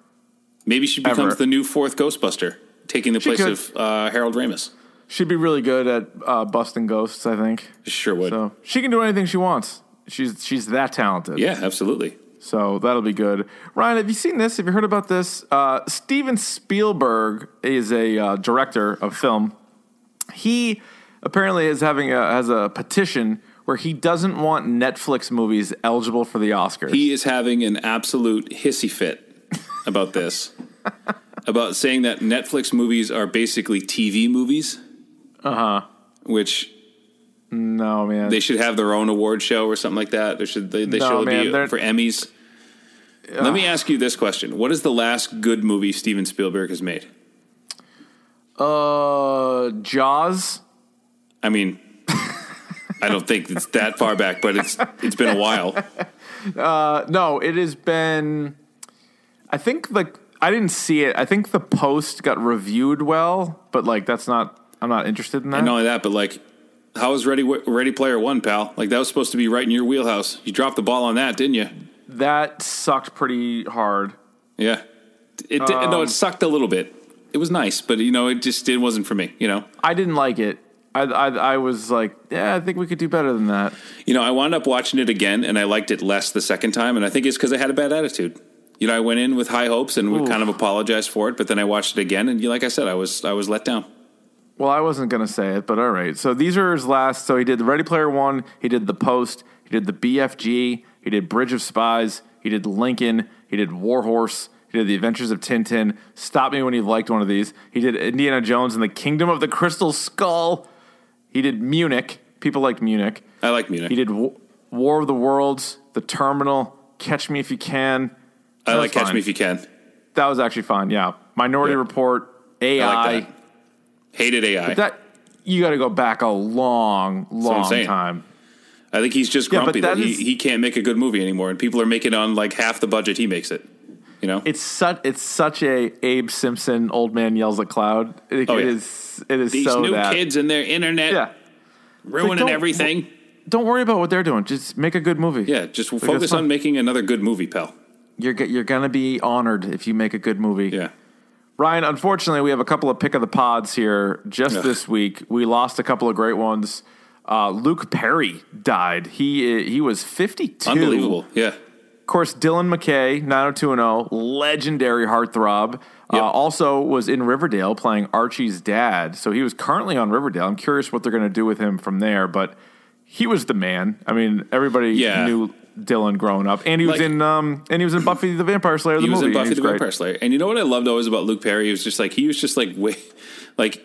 [SPEAKER 3] Maybe she becomes
[SPEAKER 2] Ever.
[SPEAKER 3] the new fourth Ghostbuster, taking the
[SPEAKER 2] She
[SPEAKER 3] place
[SPEAKER 2] could.
[SPEAKER 3] of uh, Harold Ramis.
[SPEAKER 2] She'd be really good at uh, busting ghosts. I think
[SPEAKER 3] Sure would.
[SPEAKER 2] so. She can do anything she wants. She's she's that talented.
[SPEAKER 3] Yeah, absolutely.
[SPEAKER 2] So that'll be good. Ryan, have you seen this? Have you heard about this? Uh, Steven Spielberg is a uh, director of film. He apparently is having a, has a petition where he doesn't want Netflix movies eligible for the Oscars.
[SPEAKER 3] He is having an absolute hissy fit about this, about saying that Netflix movies are basically TV movies. Uh huh.
[SPEAKER 2] Uh-huh.
[SPEAKER 3] Which
[SPEAKER 2] no man,
[SPEAKER 3] they should have their own award show or something like that. They should. They, they
[SPEAKER 2] No,
[SPEAKER 3] should
[SPEAKER 2] man,
[SPEAKER 3] be
[SPEAKER 2] they're-
[SPEAKER 3] for Emmys. Let me ask you this question: What is the last good movie Steven Spielberg has made?
[SPEAKER 2] uh, Jaws.
[SPEAKER 3] I mean, I don't think it's that far back, but it's it's been a while.
[SPEAKER 2] No, it has been. I think like I didn't see it. I think the post got reviewed well, but like that's not. I'm not interested in that.
[SPEAKER 3] Not only that, but like, how was Ready Ready Player One, pal? Like that was supposed to be right in your wheelhouse. You dropped the ball on that, didn't you?
[SPEAKER 2] That sucked pretty hard.
[SPEAKER 3] Yeah. It did, no,
[SPEAKER 2] Um,
[SPEAKER 3] it sucked a little bit. It was nice, but you know, it just it wasn't for me. You know,
[SPEAKER 2] I didn't like it. I I, I was like, yeah, I think we could do better than that.
[SPEAKER 3] you know, I wound up watching it again, and I liked it less the second time, and I think it's because I had a bad attitude. You know, I went in with high hopes and would kind of apologize for it, but then I watched it again, and you like I said, I was I was let down.
[SPEAKER 2] Well, I wasn't gonna say it, but all right. So these are his last. So he did the Ready Player One. He did the Post. He did the BFG. He did Bridge of Spies. He did Lincoln. He did War Horse. He did The Adventures of Tintin. Stop me when you've liked one of these. He did Indiana Jones and the Kingdom of the Crystal Skull. He did Munich. People liked Munich.
[SPEAKER 3] I like Munich.
[SPEAKER 2] He did Wa- War of the Worlds, The Terminal, Catch Me If You Can.
[SPEAKER 3] I
[SPEAKER 2] That
[SPEAKER 3] like
[SPEAKER 2] was
[SPEAKER 3] Catch
[SPEAKER 2] fine.
[SPEAKER 3] Me If You Can.
[SPEAKER 2] That was actually fine. Yeah, Minority
[SPEAKER 3] Yeah.
[SPEAKER 2] Report,
[SPEAKER 3] I
[SPEAKER 2] AI.
[SPEAKER 3] like that. Hated AI.
[SPEAKER 2] That you got to go back a long,
[SPEAKER 3] what I'm
[SPEAKER 2] long
[SPEAKER 3] saying.
[SPEAKER 2] time.
[SPEAKER 3] I think he's just
[SPEAKER 2] Yeah, but
[SPEAKER 3] grumpy that,
[SPEAKER 2] that
[SPEAKER 3] he,
[SPEAKER 2] is-
[SPEAKER 3] he can't make a good movie anymore, and people are making on like half the budget he makes it. You know,
[SPEAKER 2] It's such it's such a Abe Simpson old man yells at cloud. It,
[SPEAKER 3] Oh,
[SPEAKER 2] it
[SPEAKER 3] yeah.
[SPEAKER 2] is it is
[SPEAKER 3] these
[SPEAKER 2] so
[SPEAKER 3] new
[SPEAKER 2] that
[SPEAKER 3] kids and their internet
[SPEAKER 2] yeah.
[SPEAKER 3] ruining
[SPEAKER 2] don't-
[SPEAKER 3] everything.
[SPEAKER 2] Don't worry about what they're doing. Just make a good movie.
[SPEAKER 3] yeah, just
[SPEAKER 2] Like, that's
[SPEAKER 3] focus
[SPEAKER 2] fine.
[SPEAKER 3] on making another good movie, pal.
[SPEAKER 2] You're g- you're gonna be honored if you make a good movie.
[SPEAKER 3] Yeah.
[SPEAKER 2] Ryan, unfortunately, we have a couple of pick of the pods here just
[SPEAKER 3] Ugh.
[SPEAKER 2] this week. We lost a couple of great ones. Uh, Luke Perry died. He he was 52.
[SPEAKER 3] Unbelievable. Yeah.
[SPEAKER 2] Of course, Dylan McKay, 90210, legendary heartthrob, uh,
[SPEAKER 3] Yep.
[SPEAKER 2] also was in Riverdale playing Archie's dad. So he was currently on Riverdale. I'm curious what they're going to do with him from there, but he was the man. I mean, everybody
[SPEAKER 3] Yeah.
[SPEAKER 2] knew Dylan growing up, and he was
[SPEAKER 3] Like-
[SPEAKER 2] in um, and he was in Buffy the Vampire Slayer. The
[SPEAKER 3] He was
[SPEAKER 2] movie.
[SPEAKER 3] in Buffy
[SPEAKER 2] He's
[SPEAKER 3] the
[SPEAKER 2] great.
[SPEAKER 3] Vampire Slayer. And you know what I loved always about Luke Perry? He was just like, he was just like, way, like,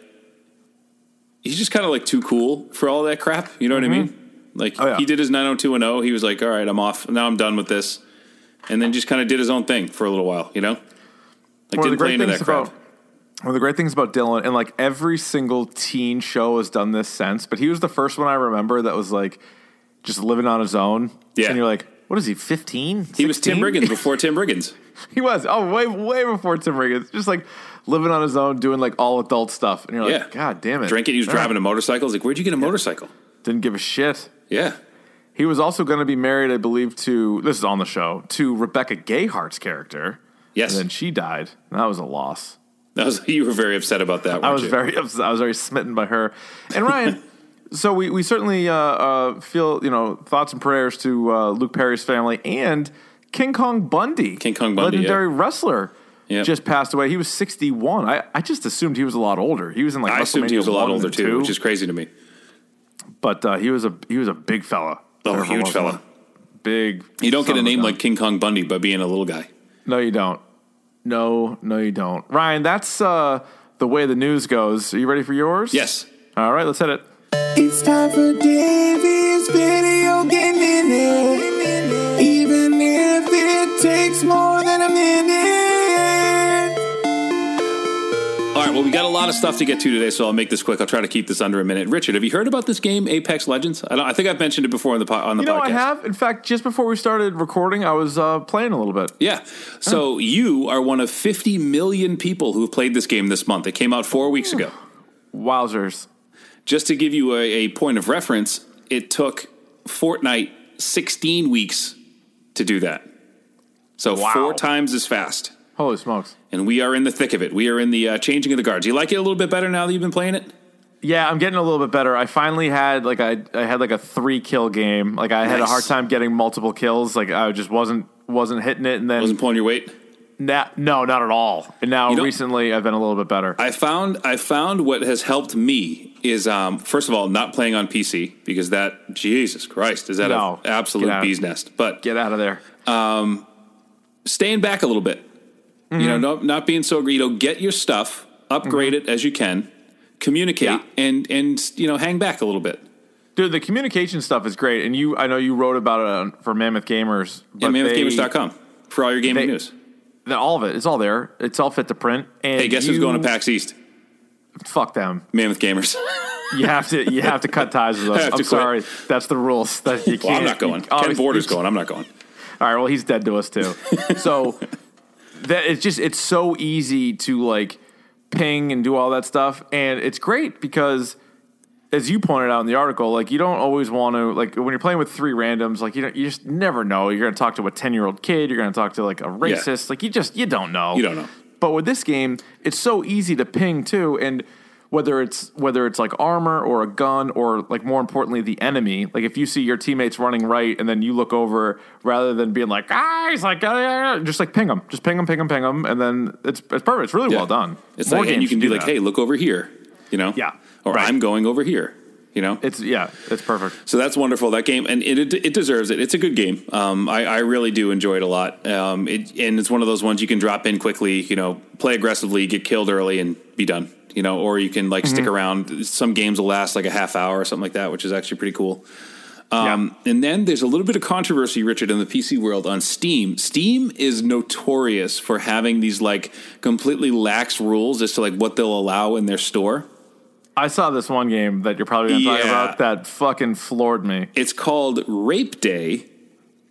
[SPEAKER 3] he's just kind of like too cool for all that crap. You know what I mean? Like
[SPEAKER 2] Mm-hmm. Oh, yeah.
[SPEAKER 3] he did his 90210, he was like, "All right, I'm off. Now I'm done with this." And then just kind of did his own thing for a little while, you know? Like didn't play into that crowd.
[SPEAKER 2] about one of the great things about Dylan, and like every single teen show has done this since, but he was the first one I remember that was like just living on his own.
[SPEAKER 3] Yeah.
[SPEAKER 2] and you're like, what is he? Fifteen?
[SPEAKER 3] He was Tim Riggins before Tim Riggins.
[SPEAKER 2] he was. Oh, way way before Tim Riggins. Just like living on his own, doing like all adult stuff, and you're
[SPEAKER 3] Yeah.
[SPEAKER 2] like, God damn it!
[SPEAKER 3] Drinking, he was
[SPEAKER 2] All right.
[SPEAKER 3] driving a motorcycle. It's like, "Where'd you get a motorcycle?"
[SPEAKER 2] Didn't give a shit.
[SPEAKER 3] Yeah.
[SPEAKER 2] He was also going to be married, I believe, to this is on the show to Rebecca Gayhart's character.
[SPEAKER 3] Yes.
[SPEAKER 2] and then she died. That was a loss.
[SPEAKER 3] That was you were very upset about that.
[SPEAKER 2] I
[SPEAKER 3] weren't
[SPEAKER 2] was
[SPEAKER 3] you?
[SPEAKER 2] very upset. I was very smitten by her. And Ryan, so we we certainly uh, uh, feel you know thoughts and prayers to uh, Luke Perry's family and King Kong Bundy,
[SPEAKER 3] King Kong Bundy,
[SPEAKER 2] legendary wrestler.
[SPEAKER 3] Yep.
[SPEAKER 2] Just passed away. He was 61. I, I just assumed he was a lot older. He was in like
[SPEAKER 3] I assumed he was a lot
[SPEAKER 2] WrestleMania 1
[SPEAKER 3] older
[SPEAKER 2] and
[SPEAKER 3] too,
[SPEAKER 2] 2,
[SPEAKER 3] which is crazy to me.
[SPEAKER 2] but uh, he was a he was a big fella.
[SPEAKER 3] Oh,
[SPEAKER 2] Whatever
[SPEAKER 3] huge
[SPEAKER 2] was.
[SPEAKER 3] fella.
[SPEAKER 2] Big.
[SPEAKER 3] You don't
[SPEAKER 2] son
[SPEAKER 3] get a
[SPEAKER 2] of
[SPEAKER 3] name
[SPEAKER 2] gun.
[SPEAKER 3] like King Kong Bundy by being a little guy.
[SPEAKER 2] No, you don't. No, no, you don't. Ryan, that's uh, the way the news goes. Are you ready for yours?
[SPEAKER 3] Yes.
[SPEAKER 2] All right, let's hit it.
[SPEAKER 6] It's time for Davey's video game minute. Even if it takes more than a minute.
[SPEAKER 3] All right. Well, we got a lot of stuff to get to today, so I'll make this quick. I'll try to keep this under a minute. Richard, have you heard about this game, Apex Legends? I, don't, I think I've mentioned it before on the po- on the
[SPEAKER 2] You know,
[SPEAKER 3] podcast.
[SPEAKER 2] I have. In fact, just before we started recording, I was uh, playing a little bit.
[SPEAKER 3] Yeah. So you are one of 50 million people who have played this game this month. It came out four weeks ago.
[SPEAKER 2] Wowzers.
[SPEAKER 3] Just to give you a, a point of reference, it took Fortnite 16 weeks to do that. So four times as fast.
[SPEAKER 2] Holy smokes.
[SPEAKER 3] And we are in the thick of it. We are in the uh, changing of the guards. You like it a little bit better now that you've been playing it?
[SPEAKER 2] Yeah, I'm getting a little bit better. I finally had like I, I had like a three kill game. Like I had a
[SPEAKER 3] Nice.
[SPEAKER 2] hard time getting multiple kills. Like I just wasn't wasn't hitting it. And then
[SPEAKER 3] Wasn't pulling your weight?
[SPEAKER 2] na- no, not at all. And now
[SPEAKER 3] You don't-
[SPEAKER 2] recently, I've been a little bit better.
[SPEAKER 3] I found I found what has helped me is um, first of all not playing on PC because that Jesus Christ is that
[SPEAKER 2] No.
[SPEAKER 3] an absolute
[SPEAKER 2] Get out.
[SPEAKER 3] bee's nest. But
[SPEAKER 2] Get out of there.
[SPEAKER 3] staying back a little bit, you
[SPEAKER 2] Mm-hmm.
[SPEAKER 3] know, not, not being so greedy. You know, get your stuff, upgrade it as you can, communicate,
[SPEAKER 2] Yeah.
[SPEAKER 3] and and you know, hang back a little bit.
[SPEAKER 2] Dude, the communication stuff is great, and you—I know you wrote about it on, for Mammoth Gamers.
[SPEAKER 3] Yeah,
[SPEAKER 2] but they-
[SPEAKER 3] mammothgamers.com for all your gaming
[SPEAKER 2] they-
[SPEAKER 3] news.
[SPEAKER 2] that- all of it, it's all there. It's all fit to print. And
[SPEAKER 3] Hey, guess who's
[SPEAKER 2] you-
[SPEAKER 3] going to PAX East?
[SPEAKER 2] Fuck them.
[SPEAKER 3] Mammoth Gamers.
[SPEAKER 2] You have to. You have to cut ties with
[SPEAKER 3] I have
[SPEAKER 2] us.
[SPEAKER 3] to
[SPEAKER 2] I'm
[SPEAKER 3] quit.
[SPEAKER 2] sorry. That's the rules. That you can't.
[SPEAKER 3] well, I'm not going.
[SPEAKER 2] you always-
[SPEAKER 3] Ken Borders going. I'm not going.
[SPEAKER 2] All right. Well, he's dead to us too. So that it's just it's so easy to like ping and do all that stuff, and it's great because as you pointed out in the article, like you don't always want to like when you're playing with three randoms, like you don't, you just never know. You're going to talk to a ten year old kid. You're going to talk to like a racist. Like you just you don't know.
[SPEAKER 3] You don't know.
[SPEAKER 2] But with this game, it's so easy to ping too, and whether it's whether it's like armor or a gun or like more importantly the enemy. Like if you see your teammates running right and then you look over rather than being like guys like ah, ah, ah," just like ping them, just ping them, ping them, ping them, and then it's it's perfect. It's really
[SPEAKER 3] Yeah.
[SPEAKER 2] well done.
[SPEAKER 3] It's
[SPEAKER 2] More
[SPEAKER 3] like, and
[SPEAKER 2] games
[SPEAKER 3] you can
[SPEAKER 2] do
[SPEAKER 3] be like,
[SPEAKER 2] that.
[SPEAKER 3] hey, look over here, you know?
[SPEAKER 2] Yeah,
[SPEAKER 3] Or
[SPEAKER 2] right.
[SPEAKER 3] I'm going over here, you know?
[SPEAKER 2] It's yeah, it's perfect.
[SPEAKER 3] So that's wonderful. That game, and it it, it deserves it. It's a good game. Um, I, I really do enjoy it a lot. Um, it, and it's one of those ones you can drop in quickly. You know, play aggressively, get killed early, and be done. You know, or you can like stick around. Some games will last like a half hour or something like that, which is actually pretty cool. Um, And then there's a little bit of controversy, Richard, in the PC world on Steam. Steam is notorious for having these like completely lax rules as to like what they'll allow in their store.
[SPEAKER 2] I saw this one game that you're probably going to talk
[SPEAKER 3] Yeah.
[SPEAKER 2] about that fucking floored me.
[SPEAKER 3] It's called Rape Day.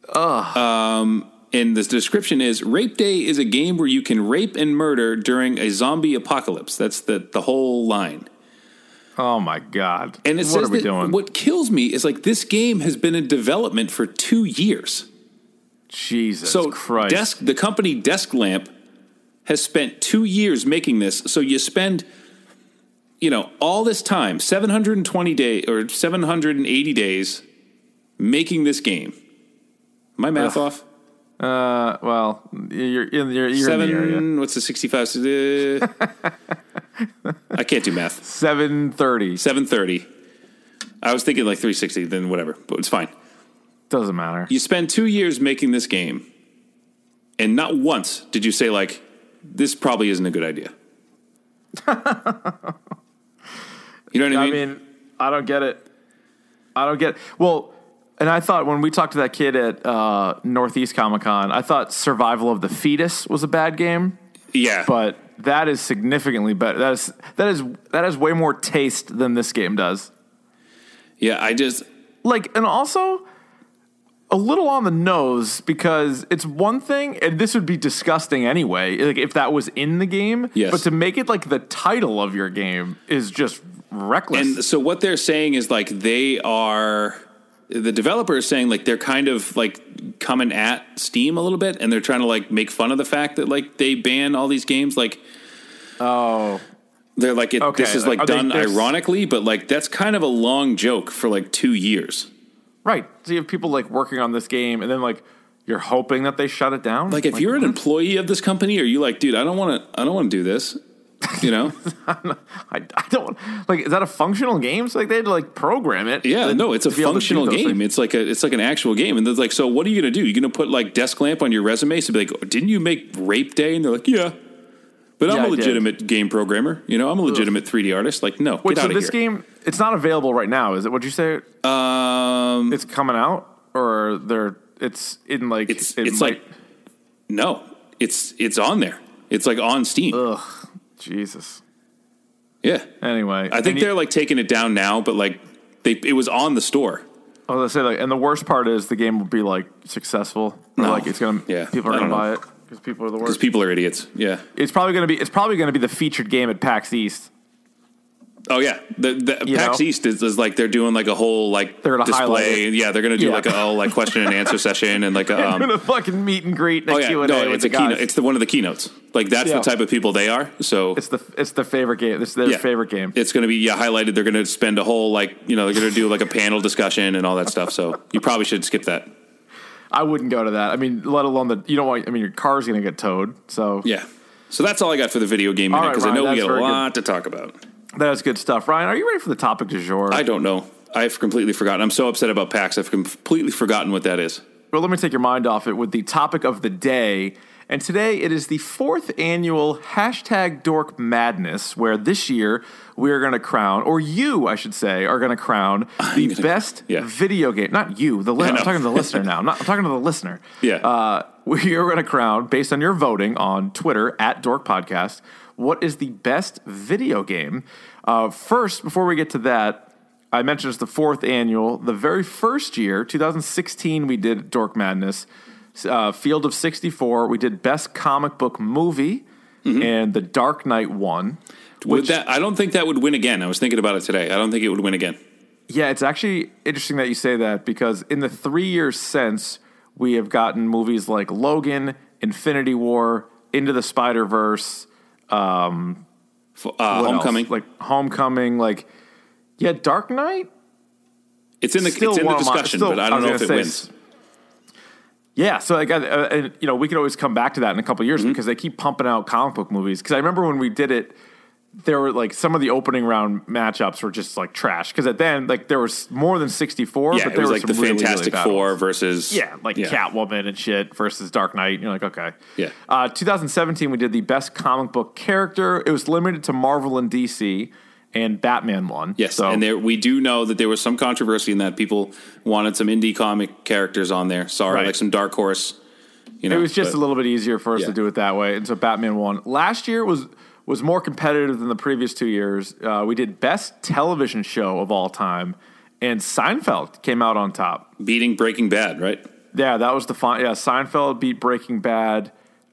[SPEAKER 2] Ah.
[SPEAKER 3] Um, and the description is Rape Day is a game where you can rape and murder during a zombie apocalypse. That's the, the whole line.
[SPEAKER 2] Oh my god!
[SPEAKER 3] And it
[SPEAKER 2] what
[SPEAKER 3] says
[SPEAKER 2] are we
[SPEAKER 3] that
[SPEAKER 2] doing?
[SPEAKER 3] what kills me is like this game has been in development for two years.
[SPEAKER 2] Jesus
[SPEAKER 3] So
[SPEAKER 2] Christ!
[SPEAKER 3] Desk the company Desk Lamp has spent two years making this. So you spend you know all this time, seven hundred and twenty days or seven hundred and eighty days making this game. Am I math off?
[SPEAKER 2] uh, well, you're in you're, you're in the area.
[SPEAKER 3] Seven. What's the sixty-five? Uh, I can't do math.
[SPEAKER 2] Seven thirty
[SPEAKER 3] Seven thirty. I was thinking like three sixty. Then whatever, but it's fine.
[SPEAKER 2] doesn't matter.
[SPEAKER 3] You spend two years making this game, and not once did you say like, "This probably isn't a good idea." you know what I
[SPEAKER 2] I
[SPEAKER 3] mean?
[SPEAKER 2] mean, I don't get it. I don't get. Well, and I thought when we talked to that kid at uh, Northeast Comic Con, I thought Survival of the Fetus was a bad game,
[SPEAKER 3] Yeah,
[SPEAKER 2] but that is significantly better. That is that is that has way more taste than this game does.
[SPEAKER 3] yeah. I just
[SPEAKER 2] Like, and also a little on the nose because it's one thing, and this would be disgusting anyway. Like if that was in the game,
[SPEAKER 3] Yes.
[SPEAKER 2] But to make it like the title of your game is just reckless.
[SPEAKER 3] And so what they're saying is like they are the developer is saying like they're kind of like coming at Steam a little bit and they're trying to like make fun of the fact that like they ban all these games like
[SPEAKER 2] oh,
[SPEAKER 3] they're like it,
[SPEAKER 2] Okay,
[SPEAKER 3] this is like
[SPEAKER 2] are they-
[SPEAKER 3] done
[SPEAKER 2] they're s-
[SPEAKER 3] ironically but like that's kind of a long joke for like 2 years.
[SPEAKER 2] Right. So you have people like working on this game, and then like you're hoping that they shut it down.
[SPEAKER 3] Like if you're an employee of this company are you like dude I don't want to I don't want to do this you know?
[SPEAKER 2] I, I don't like. Is that a functional game? So like they had to like program it.
[SPEAKER 3] Yeah,
[SPEAKER 2] to-
[SPEAKER 3] no, it's a
[SPEAKER 2] to be able to do
[SPEAKER 3] functional
[SPEAKER 2] those
[SPEAKER 3] game.
[SPEAKER 2] things.
[SPEAKER 3] It's like a it's like an actual game. And they're like, so what are you gonna do? You're gonna put like desk lamp on your resume? So be like, "Oh, didn't you make rape day? And they're like, yeah. But
[SPEAKER 2] Yeah,
[SPEAKER 3] I'm
[SPEAKER 2] I
[SPEAKER 3] a
[SPEAKER 2] did.
[SPEAKER 3] legitimate game programmer. You know, I'm a legitimate 3D artist. Like, no,
[SPEAKER 2] Wait,
[SPEAKER 3] get
[SPEAKER 2] so
[SPEAKER 3] out of
[SPEAKER 2] this
[SPEAKER 3] here.
[SPEAKER 2] game it's not available right now, is it? Would you say
[SPEAKER 3] um,
[SPEAKER 2] it's coming out or they're it's in like
[SPEAKER 3] it's
[SPEAKER 2] it
[SPEAKER 3] it's
[SPEAKER 2] might-
[SPEAKER 3] like no, it's it's on there. It's like on Steam.
[SPEAKER 2] Jesus.
[SPEAKER 3] yeah,
[SPEAKER 2] Anyway,
[SPEAKER 3] I think they're like taking it down now, but like they it was on the store.
[SPEAKER 2] I was gonna say like, and the worst part is the game will be like successful. Or,
[SPEAKER 3] No.
[SPEAKER 2] Like it's gonna
[SPEAKER 3] Yeah,
[SPEAKER 2] people are
[SPEAKER 3] I
[SPEAKER 2] gonna
[SPEAKER 3] don't
[SPEAKER 2] buy
[SPEAKER 3] know.
[SPEAKER 2] it because people are the
[SPEAKER 3] Because
[SPEAKER 2] worst.
[SPEAKER 3] people are idiots. Yeah.
[SPEAKER 2] it's probably gonna be it's probably gonna be the featured game at PAX East.
[SPEAKER 3] Oh yeah, the, the
[SPEAKER 2] You
[SPEAKER 3] PAX
[SPEAKER 2] know?
[SPEAKER 3] East is, is like they're doing like a whole like
[SPEAKER 2] They're gonna highlight
[SPEAKER 3] display.
[SPEAKER 2] it.
[SPEAKER 3] Yeah, they're gonna do
[SPEAKER 2] Yeah.
[SPEAKER 3] like a whole like question and answer session and like a,
[SPEAKER 2] They're
[SPEAKER 3] um.
[SPEAKER 2] gonna fucking meet and greet. And
[SPEAKER 3] Oh yeah,
[SPEAKER 2] Q&A
[SPEAKER 3] no,
[SPEAKER 2] with
[SPEAKER 3] it's
[SPEAKER 2] the
[SPEAKER 3] a keynote.
[SPEAKER 2] guys.
[SPEAKER 3] It's the one of the keynotes. Like that's
[SPEAKER 2] Yeah.
[SPEAKER 3] the type of people they are. So
[SPEAKER 2] It's the it's their favorite game. It's their
[SPEAKER 3] yeah.
[SPEAKER 2] favorite game.
[SPEAKER 3] It's gonna be yeah highlighted. They're gonna spend a whole like you know they're gonna do like a panel discussion and all that stuff. So you probably should skip that.
[SPEAKER 2] I wouldn't go to that. I mean, let alone the you don't want. I mean, your car's gonna get towed. So
[SPEAKER 3] Yeah. So that's all I got for the video game
[SPEAKER 2] All
[SPEAKER 3] minute
[SPEAKER 2] right,
[SPEAKER 3] because I
[SPEAKER 2] Ryan,
[SPEAKER 3] know we
[SPEAKER 2] that's
[SPEAKER 3] got
[SPEAKER 2] very
[SPEAKER 3] a
[SPEAKER 2] good.
[SPEAKER 3] lot to talk about.
[SPEAKER 2] that is good stuff. Ryan, are you ready for the topic du jour?
[SPEAKER 3] I don't know. I've completely forgotten. I'm so upset about PAX. I've completely forgotten what that is.
[SPEAKER 2] well, let me take your mind off it with the topic of the day. And today it is the fourth annual hashtag Dork Madness, where this year we are going to crown, or you, I should say, are going to crown the
[SPEAKER 3] gonna-
[SPEAKER 2] best
[SPEAKER 3] yeah.
[SPEAKER 2] video game. Not you, the li- I'm
[SPEAKER 3] know.
[SPEAKER 2] talking to the listener now. I'm, not, I'm talking to the listener.
[SPEAKER 3] Yeah.
[SPEAKER 2] Uh, we are going to crown, based on your voting on Twitter at Dork Podcast, what is the best video game? Uh, first, before we get to that, I mentioned it's the fourth annual. The very first year, 2016, we did Dork Madness, uh, Field of 64. We did Best Comic Book Movie, and The Dark Knight won.
[SPEAKER 3] Would that? I don't think that would win again. I was thinking about it today. I don't think it would win again.
[SPEAKER 2] Yeah, it's actually interesting that you say that because in the three years since, we have gotten movies like Logan, Infinity War, Into the Spider Verse, um,
[SPEAKER 3] F- Uh,
[SPEAKER 2] what else?
[SPEAKER 3] homecoming.
[SPEAKER 2] like Homecoming, like yeah, Dark Knight.
[SPEAKER 3] it's in the
[SPEAKER 2] still
[SPEAKER 3] it's in the
[SPEAKER 2] one of my-
[SPEAKER 3] discussion,
[SPEAKER 2] still-
[SPEAKER 3] but I don't
[SPEAKER 2] was
[SPEAKER 3] know if it
[SPEAKER 2] gonna say,
[SPEAKER 3] wins.
[SPEAKER 2] Yeah, so like, uh, uh, and you know, we could always come back to that in a couple
[SPEAKER 3] Mm-hmm.
[SPEAKER 2] years because they keep pumping out comic book movies. Because I remember when we did it, there were like some of the opening round matchups were just like trash. Because at then, like there was more than sixty four,
[SPEAKER 3] Yeah,
[SPEAKER 2] but
[SPEAKER 3] it
[SPEAKER 2] there
[SPEAKER 3] was
[SPEAKER 2] were
[SPEAKER 3] like
[SPEAKER 2] some
[SPEAKER 3] the
[SPEAKER 2] really, really
[SPEAKER 3] Fantastic
[SPEAKER 2] bad
[SPEAKER 3] Four
[SPEAKER 2] ones.
[SPEAKER 3] versus
[SPEAKER 2] Yeah, like Catwoman and shit versus Dark Knight. You're like, okay.
[SPEAKER 3] Yeah.
[SPEAKER 2] Uh, 2017, we did the best comic book character. It was limited to Marvel and DC, and Batman won.
[SPEAKER 3] Yes,
[SPEAKER 2] so
[SPEAKER 3] and there we do know that there was some controversy in that people wanted some indie comic characters on there. Sorry,
[SPEAKER 2] Right.
[SPEAKER 3] like some Dark Horse. You know,
[SPEAKER 2] it was just a
[SPEAKER 3] but-
[SPEAKER 2] little bit easier for us
[SPEAKER 3] Yeah.
[SPEAKER 2] to do it that way, and so Batman won. Last year was was more competitive than the previous two years. Uh, we did best television show of all time, and Seinfeld came out on top.
[SPEAKER 3] beating Breaking Bad, right?
[SPEAKER 2] Yeah, that was the fun. Yeah, Seinfeld beat Breaking Bad.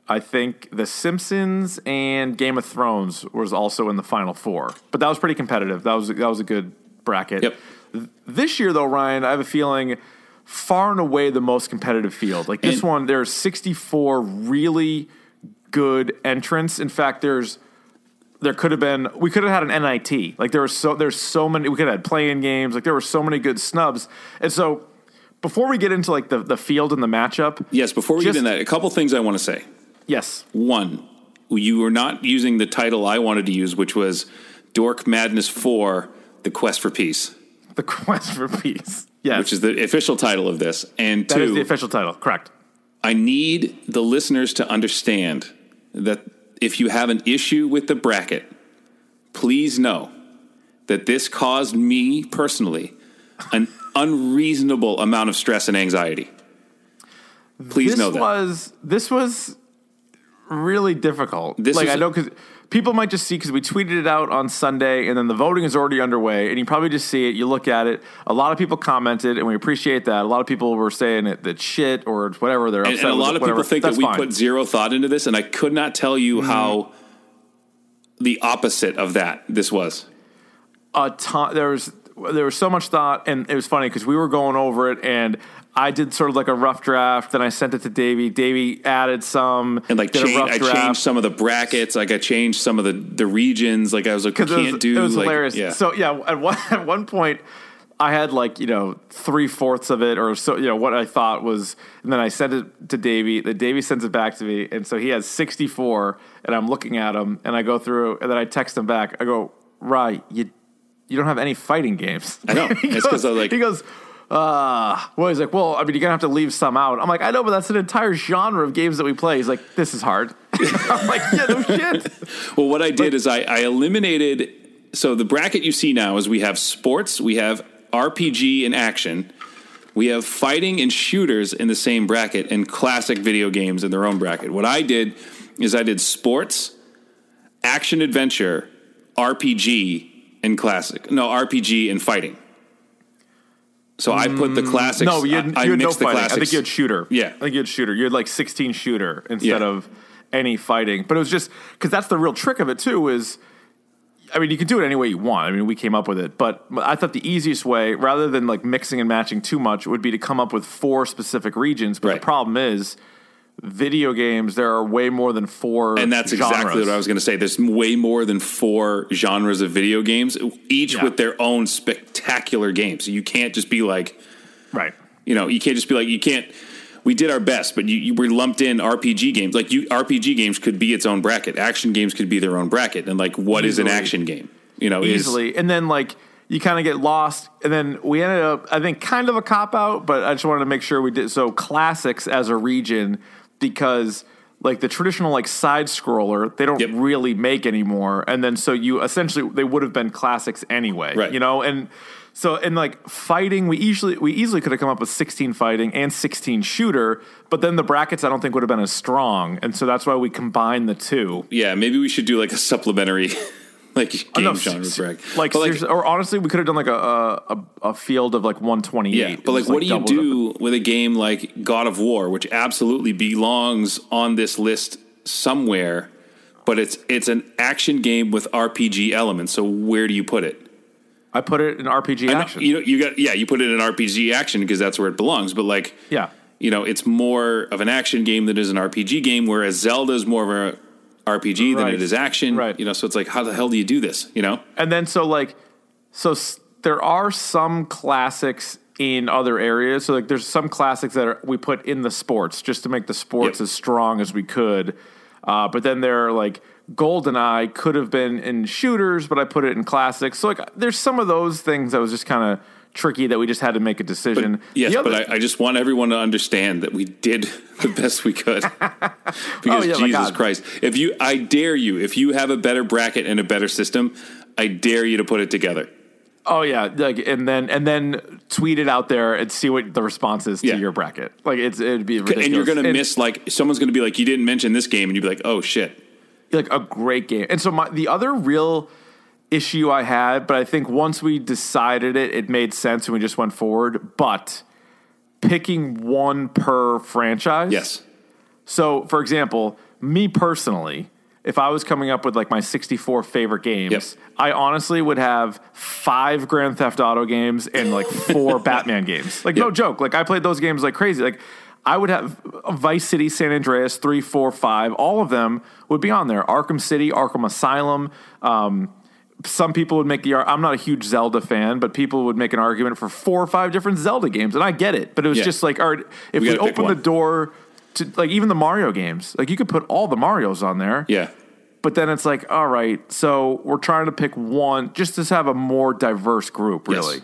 [SPEAKER 2] I think The Simpsons and Game of Thrones was also in the final four, but that was pretty competitive. That was that was a good bracket.
[SPEAKER 3] Yep.
[SPEAKER 2] Th- This year, though, Ryan, I have a feeling far and away the most competitive field. Like this
[SPEAKER 3] And-
[SPEAKER 2] one, there's 64 really good entrants. In fact, there's there could have been we could have had an NIT. Like there were so there's so many we could have had playing games. Like there were so many good snubs. And so before we get into like the, the field and the matchup,
[SPEAKER 3] Yes. Before we
[SPEAKER 2] Just-
[SPEAKER 3] get into that, a couple things I want to say.
[SPEAKER 2] yes,
[SPEAKER 3] One, you were not using the title I wanted to use, which was Dork Madness Four: The Quest for Peace,
[SPEAKER 2] the quest for peace. Yes,
[SPEAKER 3] which is the official title of this. And
[SPEAKER 2] that
[SPEAKER 3] two,
[SPEAKER 2] is the official title. Correct.
[SPEAKER 3] I need the listeners to understand that if you have an issue with the bracket, please know that this caused me personally an unreasonable amount of stress and anxiety. Please
[SPEAKER 2] this
[SPEAKER 3] know that.
[SPEAKER 2] was this was really difficult.
[SPEAKER 3] This
[SPEAKER 2] like
[SPEAKER 3] was
[SPEAKER 2] I
[SPEAKER 3] a-
[SPEAKER 2] know because people might just see because we tweeted it out on Sunday, and then the voting is already underway, and you probably just see it. You look at it. A lot of people commented, and we appreciate that. A lot of people were saying it that shit or whatever they're
[SPEAKER 3] and,
[SPEAKER 2] upset.
[SPEAKER 3] and a
[SPEAKER 2] with
[SPEAKER 3] lot
[SPEAKER 2] it,
[SPEAKER 3] of
[SPEAKER 2] whatever.
[SPEAKER 3] people think
[SPEAKER 2] That's
[SPEAKER 3] that we
[SPEAKER 2] fine. Mm-hmm.
[SPEAKER 3] put zero thought into this, and I could not tell you how the opposite of that this was.
[SPEAKER 2] a ton. There was there was so much thought, and it was funny because we were going over it, and I did sort of like a rough draft. Then I sent it to Davey. Davey added some
[SPEAKER 3] And like,
[SPEAKER 2] did
[SPEAKER 3] change,
[SPEAKER 2] a rough
[SPEAKER 3] I
[SPEAKER 2] draft.
[SPEAKER 3] changed some of the brackets. Like, I changed some of the, the regions. Like, I was like, we
[SPEAKER 2] because
[SPEAKER 3] can't
[SPEAKER 2] it was,
[SPEAKER 3] do.
[SPEAKER 2] it was
[SPEAKER 3] like,
[SPEAKER 2] hilarious.
[SPEAKER 3] Yeah.
[SPEAKER 2] So yeah, at one at one point, I had like you know three fourths of it, or so you know what I thought was, and then I sent it to Davey. Then Davey sends it back to me, and so he has sixty four, and I'm looking at him, and I go through, and then I text him back. I go, Rye, you you don't have any fighting games.
[SPEAKER 3] I know.
[SPEAKER 2] He
[SPEAKER 3] It's 'cause I
[SPEAKER 2] goes-
[SPEAKER 3] was like-
[SPEAKER 2] he goes. Uh, well, he's like, well, I mean, you're gonna have to leave some out. I'm like, I know, but that's an entire genre of games that we play. He's like, this is hard. I'm like, yeah, no shit.
[SPEAKER 3] Well, what I did is I, I eliminated. So the bracket you see now is we have sports, we have RPG and action, we have fighting and shooters in the same bracket, and classic video games in their own bracket. What I did is I did sports, action adventure, RPG, and classic. No, RPG and fighting. So I put the classics.
[SPEAKER 2] Mm, No, you had,
[SPEAKER 3] I, I
[SPEAKER 2] you had no
[SPEAKER 3] mixed the
[SPEAKER 2] fighting.
[SPEAKER 3] classics.
[SPEAKER 2] I think you had shooter.
[SPEAKER 3] Yeah.
[SPEAKER 2] I think you had shooter. You had like 16 shooter instead
[SPEAKER 3] Yeah.
[SPEAKER 2] of any fighting. But it was just because that's the real trick of it too. Is I mean, you can do it any way you want. I mean, we came up with it, but I thought the easiest way, rather than like mixing and matching too much, would be to come up with four specific regions. But
[SPEAKER 3] Right.
[SPEAKER 2] the problem is, video games there are way more than four.
[SPEAKER 3] and that's exactly
[SPEAKER 2] genres.
[SPEAKER 3] what I was going to say. There's way more than four genres of video games, each
[SPEAKER 2] Yeah.
[SPEAKER 3] with their own spectacular games. You can't just be like,
[SPEAKER 2] right.
[SPEAKER 3] you know, you can't just be like, you can't. We did our best, but you, you were lumped in RPG games. Like you, RPG games could be its own bracket. Action games could be their own bracket. And like, what is an
[SPEAKER 2] Easily.
[SPEAKER 3] action game? You know, is-
[SPEAKER 2] easily. And then like you kind of get lost. And then we ended up, I think, kind of a cop out, but I just wanted to make sure we did so classics as a region because like the traditional like side scroller they don't
[SPEAKER 3] Yep.
[SPEAKER 2] really make anymore and then so you essentially they would have been classics anyway
[SPEAKER 3] Right.
[SPEAKER 2] you know and so and like fighting we easily we easily could have come up with 16 fighting and 16 shooter but then the brackets i don't think would have been as strong and so that's why we combined the two
[SPEAKER 3] yeah. Maybe we should do like a supplementary, like game
[SPEAKER 2] no,
[SPEAKER 3] genre
[SPEAKER 2] se- se-
[SPEAKER 3] bracket.
[SPEAKER 2] Like,
[SPEAKER 3] But,
[SPEAKER 2] seriously, or honestly, we could have done like a a, a, a field of like 128.
[SPEAKER 3] Yeah, but like,
[SPEAKER 2] Just,
[SPEAKER 3] what do you
[SPEAKER 2] doubled it up.
[SPEAKER 3] do with a game like God of War, which absolutely belongs on this list somewhere, but it's it's an action game with RPG elements. So where do you put it?
[SPEAKER 2] I put it in RPG
[SPEAKER 3] And,
[SPEAKER 2] action.
[SPEAKER 3] You know, you got yeah, you put it in RPG action because that's where it belongs. But like,
[SPEAKER 2] yeah,
[SPEAKER 3] you know, it's more of an action game than it is an RPG game. Whereas Zelda is more of a RPG than
[SPEAKER 2] Right.
[SPEAKER 3] it is action.
[SPEAKER 2] Right.
[SPEAKER 3] You know, so it's like, how the hell do you do this? You know,
[SPEAKER 2] and then so like so s- there are some classics in other areas. So like, there's some classics that are, we put in the sports just to make the sports
[SPEAKER 3] Yep.
[SPEAKER 2] as strong as we could. Uh, but then there are like GoldenEye could have been in shooters, but I put it in classics. So like, there's some of those things that was just kind of tricky that we just had to make a decision.
[SPEAKER 3] yes,
[SPEAKER 2] The other-
[SPEAKER 3] but I, I just want everyone to understand that we did the best we could. because
[SPEAKER 2] Oh, yeah, my
[SPEAKER 3] Jesus
[SPEAKER 2] God.
[SPEAKER 3] Christ, if you, I dare you, if you have a better bracket and a better system, I dare you to put it together.
[SPEAKER 2] Oh yeah, like and then and then tweet it out there and see what the response is to
[SPEAKER 3] Yeah.
[SPEAKER 2] your bracket. Like it's it'd be ridiculous.
[SPEAKER 3] And you're going to
[SPEAKER 2] And,
[SPEAKER 3] miss like someone's going to be like, you didn't mention this game, and you'd be like, oh shit.
[SPEAKER 2] like a great game. And so my the other real issue I had, but I think once we decided it, it made sense and we just went forward. But picking one per franchise,
[SPEAKER 3] Yes.
[SPEAKER 2] So, for example, me personally, if I was coming up with like my 64 favorite games,
[SPEAKER 3] Yep.
[SPEAKER 2] I honestly would have five Grand Theft Auto games and like four Batman games. Like, no
[SPEAKER 3] Yep.
[SPEAKER 2] joke. Like, I played those games like crazy. Like, I would have Vice City, San Andreas, three, four, five. All of them would be on there. Arkham City, Arkham Asylum. Um, some people would make the. ar- I'm not a huge Zelda fan, but people would make an argument for four or five different Zelda games, and I get it. But it was
[SPEAKER 3] Yeah.
[SPEAKER 2] just like, all right, if
[SPEAKER 3] We
[SPEAKER 2] we,
[SPEAKER 3] gotta pick
[SPEAKER 2] open the
[SPEAKER 3] one.
[SPEAKER 2] door to like even the Mario games. Like you could put all the Marios on there.
[SPEAKER 3] Yeah.
[SPEAKER 2] But then it's like, all right, so we're trying to pick one just to have a more diverse group,
[SPEAKER 3] Yes.
[SPEAKER 2] really. Um,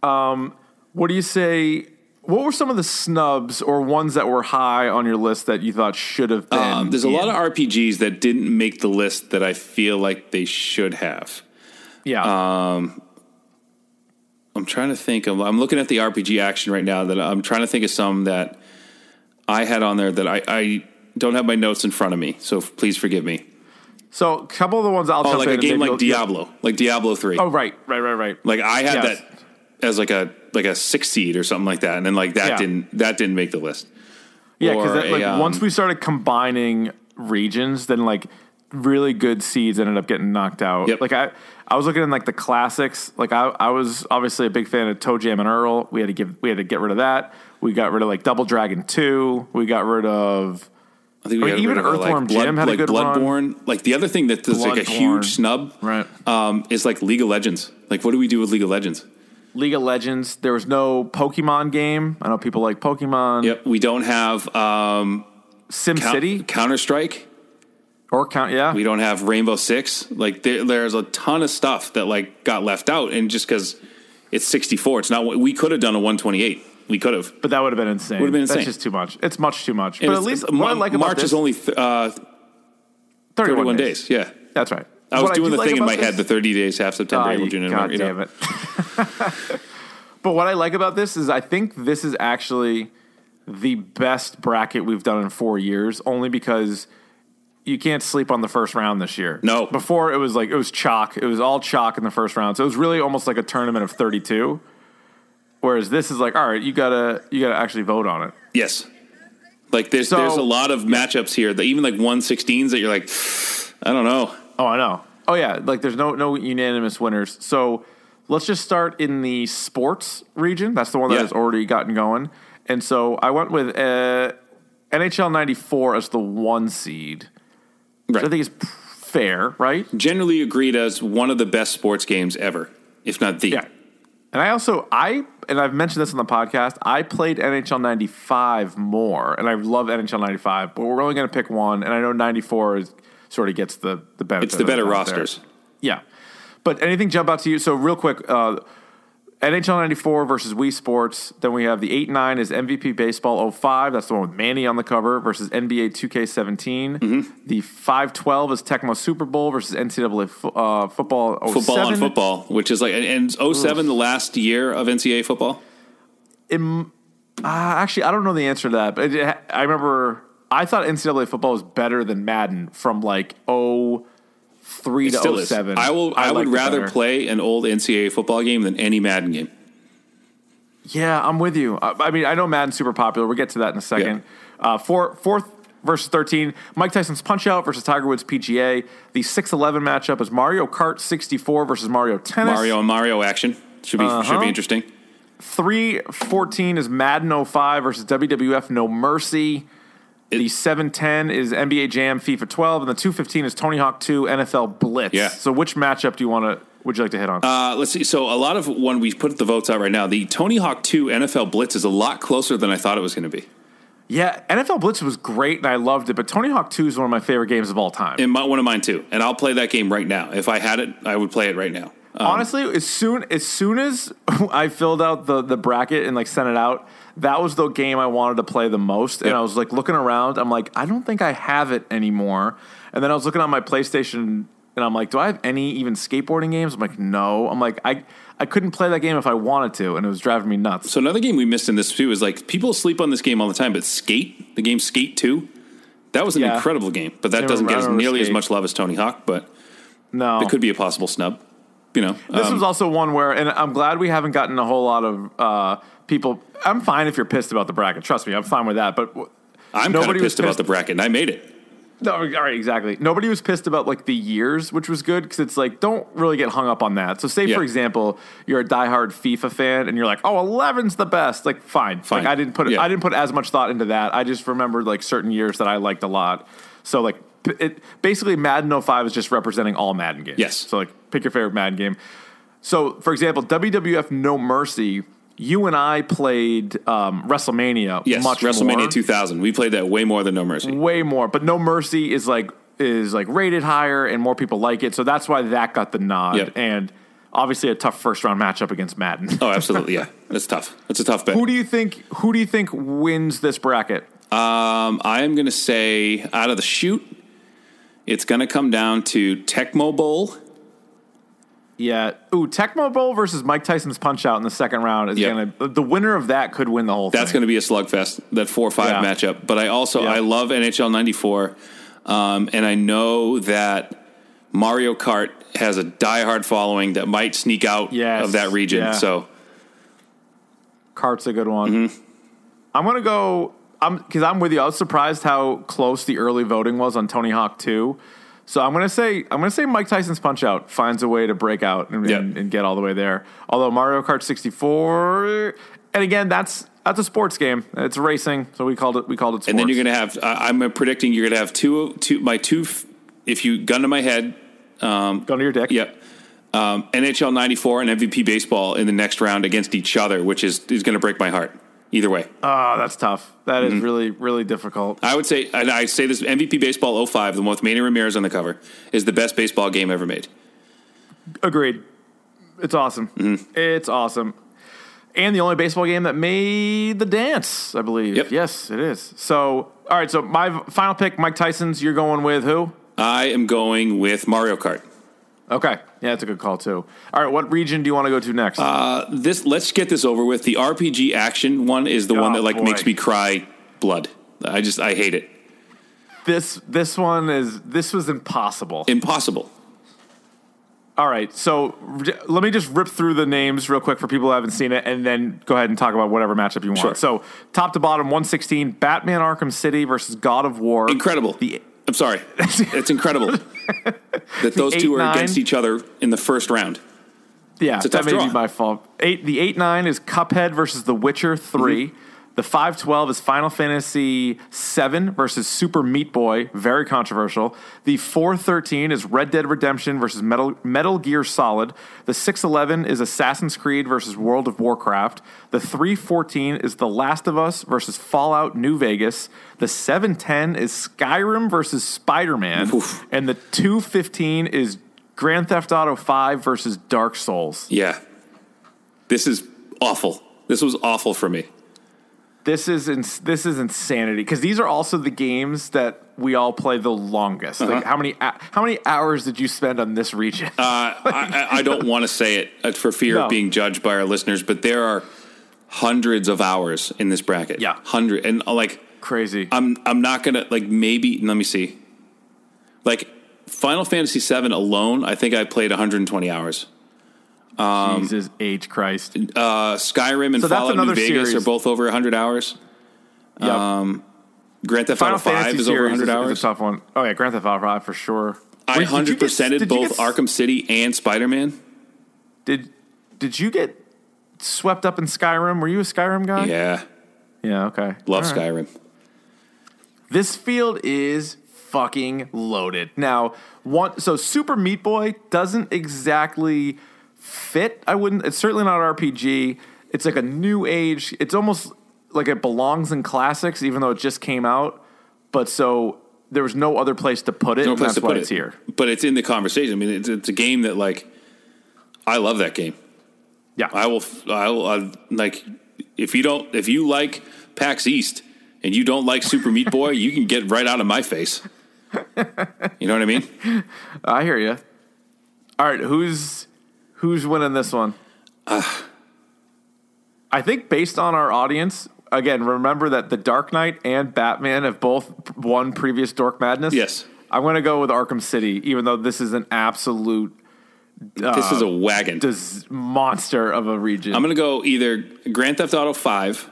[SPEAKER 2] what do you say? What were some of the snubs or ones that were high on your list that you thought should have been?
[SPEAKER 3] Um, there's a lot
[SPEAKER 2] in-
[SPEAKER 3] of RPGs that didn't make the list Uh, that I feel like they should have.
[SPEAKER 2] yeah.
[SPEAKER 3] Um, I'm trying to think of. I'm looking at the RPG action right now. That I'm trying to think of some that I had on there that I, I don't have my notes in front of me. So f- please forgive me.
[SPEAKER 2] So a couple of the ones I'll
[SPEAKER 3] Oh,
[SPEAKER 2] jump
[SPEAKER 3] like
[SPEAKER 2] in
[SPEAKER 3] a
[SPEAKER 2] and
[SPEAKER 3] game
[SPEAKER 2] maybe
[SPEAKER 3] like
[SPEAKER 2] you'll-
[SPEAKER 3] Diablo, like Diablo Three.
[SPEAKER 2] Oh right, right, right, right.
[SPEAKER 3] Like I had
[SPEAKER 2] Yes.
[SPEAKER 3] that as like a like a six seed or something like that, and then like that
[SPEAKER 2] Yeah.
[SPEAKER 3] didn't that didn't make the list.
[SPEAKER 2] Yeah,
[SPEAKER 3] or
[SPEAKER 2] because
[SPEAKER 3] a,
[SPEAKER 2] like
[SPEAKER 3] um,
[SPEAKER 2] once we started combining regions, then like really good seeds ended up getting knocked out.
[SPEAKER 3] Yep.
[SPEAKER 2] Like I, I was looking in like the classics. Like I, I was obviously a big fan of Toe Jam and Earl. We had to give, we had to get rid of that. We got rid of like Double Dragon Two. We got rid of
[SPEAKER 3] I think we
[SPEAKER 2] I mean,
[SPEAKER 3] got
[SPEAKER 2] even
[SPEAKER 3] rid of our,
[SPEAKER 2] Earthworm
[SPEAKER 3] like, blood,
[SPEAKER 2] Jim had a
[SPEAKER 3] like
[SPEAKER 2] good run.
[SPEAKER 3] Bloodborne. Like the other thing that is like a
[SPEAKER 2] Bloodborne.
[SPEAKER 3] huge snub,
[SPEAKER 2] Right.
[SPEAKER 3] Um, is like League of Legends. Like, what do we do with League of Legends?
[SPEAKER 2] League of Legends. There was no Pokemon game. I know people like Pokemon.
[SPEAKER 3] Yep, we don't have um,
[SPEAKER 2] Sim City
[SPEAKER 3] Counter Strike.
[SPEAKER 2] or Count. Yeah,
[SPEAKER 3] We don't have Rainbow Six. Like there, there's a ton of stuff that like got left out, and just because it's 64, it's not. what We could have done a 128. We could have.
[SPEAKER 2] but that would have been insane.
[SPEAKER 3] Would've been
[SPEAKER 2] That's
[SPEAKER 3] insane.
[SPEAKER 2] just too much. It's much too much.
[SPEAKER 3] And
[SPEAKER 2] but at
[SPEAKER 3] it's-
[SPEAKER 2] least
[SPEAKER 3] Ma-
[SPEAKER 2] what I like about
[SPEAKER 3] March
[SPEAKER 2] this,
[SPEAKER 3] is only th- uh,
[SPEAKER 2] 31,
[SPEAKER 3] 31
[SPEAKER 2] days.
[SPEAKER 3] days. Yeah,
[SPEAKER 2] That's right.
[SPEAKER 3] I was
[SPEAKER 2] What
[SPEAKER 3] doing
[SPEAKER 2] do
[SPEAKER 3] the
[SPEAKER 2] like
[SPEAKER 3] thing in my
[SPEAKER 2] about
[SPEAKER 3] head:
[SPEAKER 2] this-
[SPEAKER 3] the 30 days, half September,
[SPEAKER 2] Ah,
[SPEAKER 3] April,
[SPEAKER 2] you-
[SPEAKER 3] June, and
[SPEAKER 2] God
[SPEAKER 3] November. You know?
[SPEAKER 2] damn it. but what I like about this is I think this is actually the best bracket we've done in four years, only because you can't sleep on the first round this year.
[SPEAKER 3] No.
[SPEAKER 2] Before it was like, it was chalk. It was all chalk in the first round. So it was really almost like a tournament of 32. Whereas this is like, all right, you gotta you gotta actually vote on it.
[SPEAKER 3] Yes. Like there's
[SPEAKER 2] So-
[SPEAKER 3] there's a lot of matchups here that even like 116s that you're like, I don't know.
[SPEAKER 2] Oh, I know. Oh yeah, like there's no no unanimous winners. So let's just start in the sports region. That's the one that
[SPEAKER 3] Yeah.
[SPEAKER 2] has already gotten going. And so I went with uh, NHL '94 as the one seed.
[SPEAKER 3] Right.
[SPEAKER 2] Which I think is p- fair, right?
[SPEAKER 3] Generally agreed as one of the best sports games ever, if not the.
[SPEAKER 2] Yeah. And I also I and I've mentioned this on the podcast. I played NHL '95 more, and I love NHL '95. But we're only going to pick one, and I know '94 is sort of gets the the benefit.
[SPEAKER 3] It's the
[SPEAKER 2] of
[SPEAKER 3] better
[SPEAKER 2] out there.
[SPEAKER 3] rosters.
[SPEAKER 2] Yeah. But anything jump out to you? So real quick, uh, NHL 94 versus Wii Sports. Then we have the 8-9 is MVP Baseball 05. That's the one with Manny on the cover versus NBA 2K17.
[SPEAKER 3] Mm-hmm.
[SPEAKER 2] The 5-12 is Tecmo Super Bowl versus NCAA fo- uh, Football 07.
[SPEAKER 3] Football on football, which is like and, and 07 the last year of NCAA football.
[SPEAKER 2] Im- uh, actually, I don't know the answer to that. But it, I remember I thought NCAA Football was better than Madden from like 03
[SPEAKER 3] It
[SPEAKER 2] to
[SPEAKER 3] still
[SPEAKER 2] 07.
[SPEAKER 3] is. I will I,
[SPEAKER 2] liked
[SPEAKER 3] would
[SPEAKER 2] it
[SPEAKER 3] rather
[SPEAKER 2] better.
[SPEAKER 3] play an old NCAA football game than any Madden game.
[SPEAKER 2] Yeah, I'm with you. I, I mean, I know Madden's super popular. We'll get to that in a second. Uh, four, fourth versus 13, Mike Tyson's Punch Out versus Tiger Woods PGA. The 6 11 matchup is Mario Kart 64 versus Mario Tennis.
[SPEAKER 3] Mario and Mario action. Should be
[SPEAKER 2] Uh-huh.
[SPEAKER 3] should be interesting.
[SPEAKER 2] 3 14 is Madden 05 versus WWF No Mercy. the 710 is NBA Jam FIFA 12, and the 215 is Tony Hawk 2 NFL Blitz.
[SPEAKER 3] Yeah.
[SPEAKER 2] So, which matchup do you want to? Would you like to hit on?
[SPEAKER 3] Uh, let's see. So a lot of when we put the votes out right now, the Tony Hawk 2 NFL Blitz is a lot closer than I thought it was going to be.
[SPEAKER 2] yeah, NFL Blitz was great and I loved it, but Tony Hawk 2 is one of my favorite games of all time.
[SPEAKER 3] And my, one of mine too. And I'll play that game right now. If I had it, I would play it right now. Uh,
[SPEAKER 2] Honestly, as soon as soon as I filled out the the bracket and like sent it out, that was the game I wanted to play the most. And
[SPEAKER 3] Yeah.
[SPEAKER 2] I was like looking around, I'm like, I don't think I have it anymore. And then I was looking on my PlayStation and I'm like, do I have any even skateboarding games? I'm like, no. I'm like, I I couldn't play that game if I wanted to, and it was driving me nuts.
[SPEAKER 3] so another game we missed in this too is like people sleep on this game all the time, but Skate, the game Skate 2, that was an
[SPEAKER 2] Yeah.
[SPEAKER 3] incredible game, but that
[SPEAKER 2] I
[SPEAKER 3] doesn't
[SPEAKER 2] remember-
[SPEAKER 3] get
[SPEAKER 2] I
[SPEAKER 3] as
[SPEAKER 2] remember
[SPEAKER 3] nearly as
[SPEAKER 2] Skate.
[SPEAKER 3] much love as Tony Hawk, but
[SPEAKER 2] No.
[SPEAKER 3] it could be a possible snub. You know,
[SPEAKER 2] This
[SPEAKER 3] Um,
[SPEAKER 2] was also one where, and I'm glad we haven't gotten a whole lot of uh, people. I'm fine if you're pissed about the bracket. Trust me, I'm fine with that. But w-
[SPEAKER 3] I'm kind of
[SPEAKER 2] nobody was
[SPEAKER 3] pissed about
[SPEAKER 2] pissed-
[SPEAKER 3] the bracket, and I made it.
[SPEAKER 2] No, all right, exactly. Nobody was pissed about like the years, which was good because it's like don't really get hung up on that. So, say
[SPEAKER 3] Yeah.
[SPEAKER 2] for example, you're a diehard FIFA fan and you're like, "Oh, 11's the best." Like, fine,
[SPEAKER 3] Fine.
[SPEAKER 2] Like, I didn't put
[SPEAKER 3] Yeah.
[SPEAKER 2] I didn't put as much thought into that. I just remembered like certain years that I liked a lot. So, like, p- it basically Madden 05 is just representing all Madden games.
[SPEAKER 3] Yes.
[SPEAKER 2] So, like, pick your favorite Madden game. So, for example, WWF No Mercy. You and I played um, WrestleMania.
[SPEAKER 3] Yes,
[SPEAKER 2] much
[SPEAKER 3] WrestleMania
[SPEAKER 2] more. Mm.
[SPEAKER 3] 2000. We played that way more than No Mercy.
[SPEAKER 2] Way more, but No Mercy is like is like rated higher and more people like it, so that's why that got the nod.
[SPEAKER 3] Yep.
[SPEAKER 2] And obviously a tough first round matchup against Madden.
[SPEAKER 3] Oh, absolutely. Yeah, that's tough. That's a tough bet.
[SPEAKER 2] who do you think who do you think wins this bracket?
[SPEAKER 3] Um, I am going to say out of the shoot, it's going to come down to Tecmo Bowl
[SPEAKER 2] Yeah. Ooh, Tecmo Bowl versus Mike Tyson's Punch Out in the second round is
[SPEAKER 3] Yeah.
[SPEAKER 2] gonna. The winner of that could win the whole
[SPEAKER 3] That's
[SPEAKER 2] thing.
[SPEAKER 3] going to be a slugfest. That four
[SPEAKER 2] Yeah.
[SPEAKER 3] five matchup. But I also
[SPEAKER 2] Yeah.
[SPEAKER 3] I love NHL '94, um, and I know that Mario Kart has a diehard following that might sneak out
[SPEAKER 2] Yes.
[SPEAKER 3] of that region.
[SPEAKER 2] Yeah.
[SPEAKER 3] So
[SPEAKER 2] Cart's a good one.
[SPEAKER 3] Mm-hmm.
[SPEAKER 2] I'm gonna go. I'm because I'm with you. I was surprised how close the early voting was on Tony Hawk 2. So I'm gonna say I'm gonna say Mike Tyson's Punch Out finds a way to break out and,
[SPEAKER 3] Yeah.
[SPEAKER 2] and, and get all the way there. Although Mario Kart 64, and again, that's that's a sports game. It's racing, so we called it we called it. Sports.
[SPEAKER 3] and then you're going to have I, I'm predicting you're going to have two two my two f- if you gun to my head. Um,
[SPEAKER 2] go to your dick.
[SPEAKER 3] Yep. Um, NHL '94 and MVP baseball in the next round against each other, which is is going to break my heart. Either way,
[SPEAKER 2] Oh, that's tough. That
[SPEAKER 3] Mm-hmm.
[SPEAKER 2] is really really difficult.
[SPEAKER 3] I would say, and I say this: MVP baseball 05, the one with Manny Ramirez on the cover, is the best baseball game ever made.
[SPEAKER 2] Agreed. It's awesome.
[SPEAKER 3] Mm-hmm.
[SPEAKER 2] It's awesome. And the only baseball game that made the dance, I believe.
[SPEAKER 3] Yep.
[SPEAKER 2] Yes, it is. So, all right. So, my v- final pick, Mike Tyson's. You're going with who?
[SPEAKER 3] I am going with Mario Kart.
[SPEAKER 2] Okay. Yeah, that's a good call, too. All right. What region do you want to go to next?
[SPEAKER 3] Uh, This let's get this over with. The RPG action one is the one
[SPEAKER 2] Oh,
[SPEAKER 3] that like
[SPEAKER 2] boy.
[SPEAKER 3] makes me cry blood. I just I hate it.
[SPEAKER 2] this this one is this was impossible.
[SPEAKER 3] Impossible.
[SPEAKER 2] All right. So, r- let me just rip through the names real quick for people who haven't seen it, and then go ahead and talk about whatever matchup you want.
[SPEAKER 3] Sure.
[SPEAKER 2] So, top to bottom, 116, Batman Arkham City versus God of War.
[SPEAKER 3] Incredible.
[SPEAKER 2] The-
[SPEAKER 3] I'm sorry. it's incredible that those two are
[SPEAKER 2] 8-9.
[SPEAKER 3] against each other in the first round.
[SPEAKER 2] Yeah,
[SPEAKER 3] a tough
[SPEAKER 2] that may
[SPEAKER 3] draw.
[SPEAKER 2] be my fault. Eight, the eight nine is Cuphead versus The Witcher 3 The five twelve is Final Fantasy seven versus Super Meat Boy, very controversial. The four thirteen is Red Dead Redemption versus Metal Metal Gear Solid. The six eleven is Assassin's Creed versus World of Warcraft. The three fourteen is The Last of Us versus Fallout New Vegas. The seven ten is Skyrim versus Spider Man,
[SPEAKER 3] Oof.
[SPEAKER 2] and the two fifteen is Grand Theft Auto 5 versus Dark Souls.
[SPEAKER 3] Yeah. This is awful. This was awful for me.
[SPEAKER 2] This is ins- this is insanity because these are also the games that we all play the longest.
[SPEAKER 3] Uh-huh.
[SPEAKER 2] Like how many hou- how many hours did you spend on this region?
[SPEAKER 3] Uh, I, I- I don't want to say it uh, for fear
[SPEAKER 2] No.
[SPEAKER 3] of being judged by our listeners, but there are hundreds of hours in this bracket.
[SPEAKER 2] Yeah.
[SPEAKER 3] hundred and uh, like
[SPEAKER 2] Crazy.
[SPEAKER 3] I'm I'm not gonna like maybe let me see, like Final Fantasy VII alone. I think I played 120 hours. um,
[SPEAKER 2] Jesus H Christ. Yep.
[SPEAKER 3] Uh, Skyrim and
[SPEAKER 2] So that's
[SPEAKER 3] Fallout New
[SPEAKER 2] another
[SPEAKER 3] Vegas
[SPEAKER 2] series.
[SPEAKER 3] are both over 100 hours. Grand Theft Auto
[SPEAKER 2] Um, Final
[SPEAKER 3] Five
[SPEAKER 2] Fantasy
[SPEAKER 3] is over
[SPEAKER 2] series
[SPEAKER 3] 100
[SPEAKER 2] is,
[SPEAKER 3] hours.
[SPEAKER 2] is a tough one. Oh yeah, Grand Theft Auto 5 for sure.
[SPEAKER 3] I
[SPEAKER 2] Wait, did you
[SPEAKER 3] hundred
[SPEAKER 2] get-
[SPEAKER 3] percented
[SPEAKER 2] did you
[SPEAKER 3] both
[SPEAKER 2] get-
[SPEAKER 3] Arkham City and Spider Man.
[SPEAKER 2] Did did you get swept up in Skyrim? Were you a Skyrim guy?
[SPEAKER 3] Yeah,
[SPEAKER 2] Yeah, okay.
[SPEAKER 3] love
[SPEAKER 2] All right.
[SPEAKER 3] Skyrim.
[SPEAKER 2] This field is fucking loaded. Now, one so Super Meat Boy doesn't exactly fit. I wouldn't it's certainly not an RPG. It's like a new age. It's almost like it belongs in classics even though it just came out. But so there was no other place to put it.
[SPEAKER 3] no
[SPEAKER 2] and
[SPEAKER 3] place
[SPEAKER 2] that's
[SPEAKER 3] to
[SPEAKER 2] why
[SPEAKER 3] put
[SPEAKER 2] it's
[SPEAKER 3] it
[SPEAKER 2] here.
[SPEAKER 3] But it's in the conversation. I mean, it's, it's a game that like I love that game.
[SPEAKER 2] Yeah.
[SPEAKER 3] I will. f- I will I, like if you don't if you like PAX East and you don't like Super Meat Boy, you can get right out of my face. You know what I mean?
[SPEAKER 2] I hear you. All right, who's who's winning this one? I think based on our audience, again, remember that the Dark Knight and Batman have both won previous Dork Madness.
[SPEAKER 3] Yes.
[SPEAKER 2] I'm going to go with Arkham City, even though this is an absolute Uh,
[SPEAKER 3] this is a wagon.
[SPEAKER 2] dis- monster of a region.
[SPEAKER 3] I'm gonna go either Grand Theft Auto Five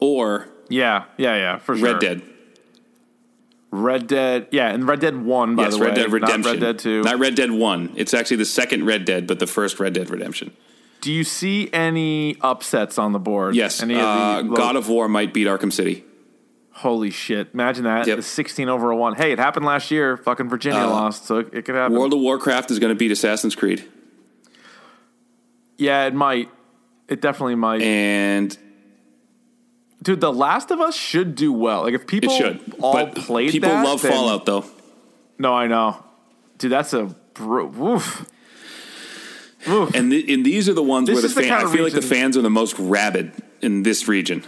[SPEAKER 3] or
[SPEAKER 2] yeah, yeah, yeah, for sure.
[SPEAKER 3] Red Dead.
[SPEAKER 2] Red Dead, yeah, and Red Dead One by
[SPEAKER 3] yes,
[SPEAKER 2] the way,
[SPEAKER 3] Red Dead Redemption.
[SPEAKER 2] not Red Dead Two.
[SPEAKER 3] Not Red Dead One. It's actually the second Red Dead, but the first Red Dead Redemption.
[SPEAKER 2] Do you see any upsets on the board?
[SPEAKER 3] Yes,
[SPEAKER 2] any of the
[SPEAKER 3] uh,
[SPEAKER 2] low-
[SPEAKER 3] God of War might beat Arkham City.
[SPEAKER 2] Holy shit. Imagine that.
[SPEAKER 3] Yep. Uh-huh.
[SPEAKER 2] The 16 over a 1. Hey, it happened last year. Fucking Virginia lost, so it, it could happen.
[SPEAKER 3] World of Warcraft is going to beat Assassin's Creed,
[SPEAKER 2] yeah, it might. It definitely might.
[SPEAKER 3] and
[SPEAKER 2] Dude, The Last of Us should do well. Like, if
[SPEAKER 3] it
[SPEAKER 2] people
[SPEAKER 3] should.
[SPEAKER 2] all
[SPEAKER 3] but
[SPEAKER 2] played
[SPEAKER 3] people
[SPEAKER 2] that,
[SPEAKER 3] love
[SPEAKER 2] then-
[SPEAKER 3] Fallout, though.
[SPEAKER 2] No, I know. Dude, that's a... Bro- woof.
[SPEAKER 3] And th- and these are the ones
[SPEAKER 2] This
[SPEAKER 3] where the
[SPEAKER 2] is the
[SPEAKER 3] fans.
[SPEAKER 2] kind
[SPEAKER 3] I
[SPEAKER 2] of
[SPEAKER 3] feel like the
[SPEAKER 2] region-
[SPEAKER 3] fans are the most rabid in this region.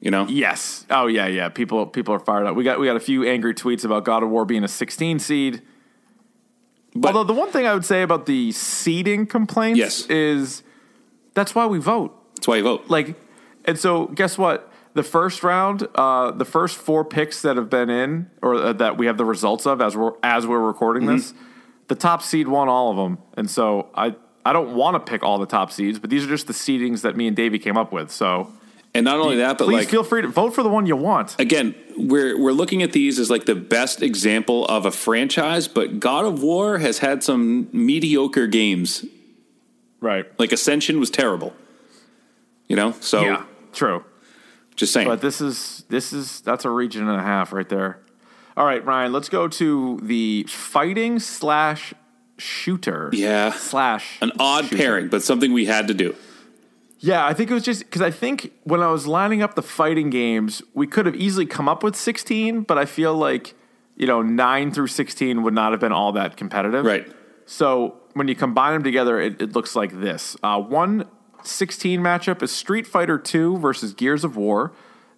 [SPEAKER 3] You know,
[SPEAKER 2] Yes. Oh, yeah, yeah. People people are fired up. We got we got a few angry tweets about God of War being a 16 seed.
[SPEAKER 3] But
[SPEAKER 2] Although the one thing I would say about the seating complaints
[SPEAKER 3] Yes.
[SPEAKER 2] is that's why we vote.
[SPEAKER 3] that's why you vote.
[SPEAKER 2] Like, and so guess what? The first round, uh, the first four picks that have been in, or uh, that we have the results of as we're as we're recording this, the top seed won all of them, and so I I don't want to pick all the top seeds, but these are just the seedings that me and Davey came up with. So
[SPEAKER 3] and not only that, but
[SPEAKER 2] please
[SPEAKER 3] like
[SPEAKER 2] feel free to vote for the one you want.
[SPEAKER 3] again, we're we're looking at these as like the best example of a franchise, but God of War has had some mediocre games.
[SPEAKER 2] Right?
[SPEAKER 3] Like Ascension was terrible. You know? So
[SPEAKER 2] yeah, true.
[SPEAKER 3] just saying.
[SPEAKER 2] But this is this is that's a region and a half right there. All right, Ryan, let's go to the fighting slash shooter.
[SPEAKER 3] Yeah.
[SPEAKER 2] Slash
[SPEAKER 3] An odd pairing, but something we had to do.
[SPEAKER 2] Yeah, I think it was just because I think when I was lining up the fighting games, we could have easily come up with sixteen, but I feel like you know nine through sixteen would not have been all that competitive.
[SPEAKER 3] Right.
[SPEAKER 2] So when you combine them together, it, it looks like this. Uh, one 16 matchup is Street Fighter 2 versus Gears of War.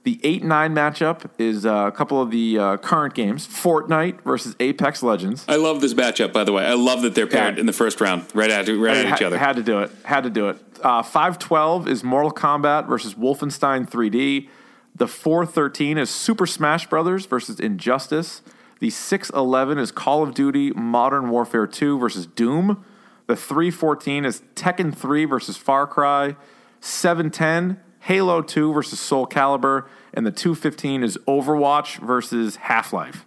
[SPEAKER 2] The 8 9 matchup is uh, a couple of the uh, current games Fortnite versus Apex Legends.
[SPEAKER 3] I love this matchup, by the way. I love that they're paired
[SPEAKER 2] Yeah.
[SPEAKER 3] in the first round, right at right at
[SPEAKER 2] Ha-
[SPEAKER 3] each other.
[SPEAKER 2] Had to do it. Had to do it. Uh, 512 is Mortal Kombat versus Wolfenstein 3D. The 413 is Super Smash Brothers versus Injustice. The 611 is Call of Duty Modern Warfare 2 versus Doom. The 314 is Tekken 3 versus Far Cry. 710 Halo 2 versus Soul Calibur. And the 215 is Overwatch versus Half Life.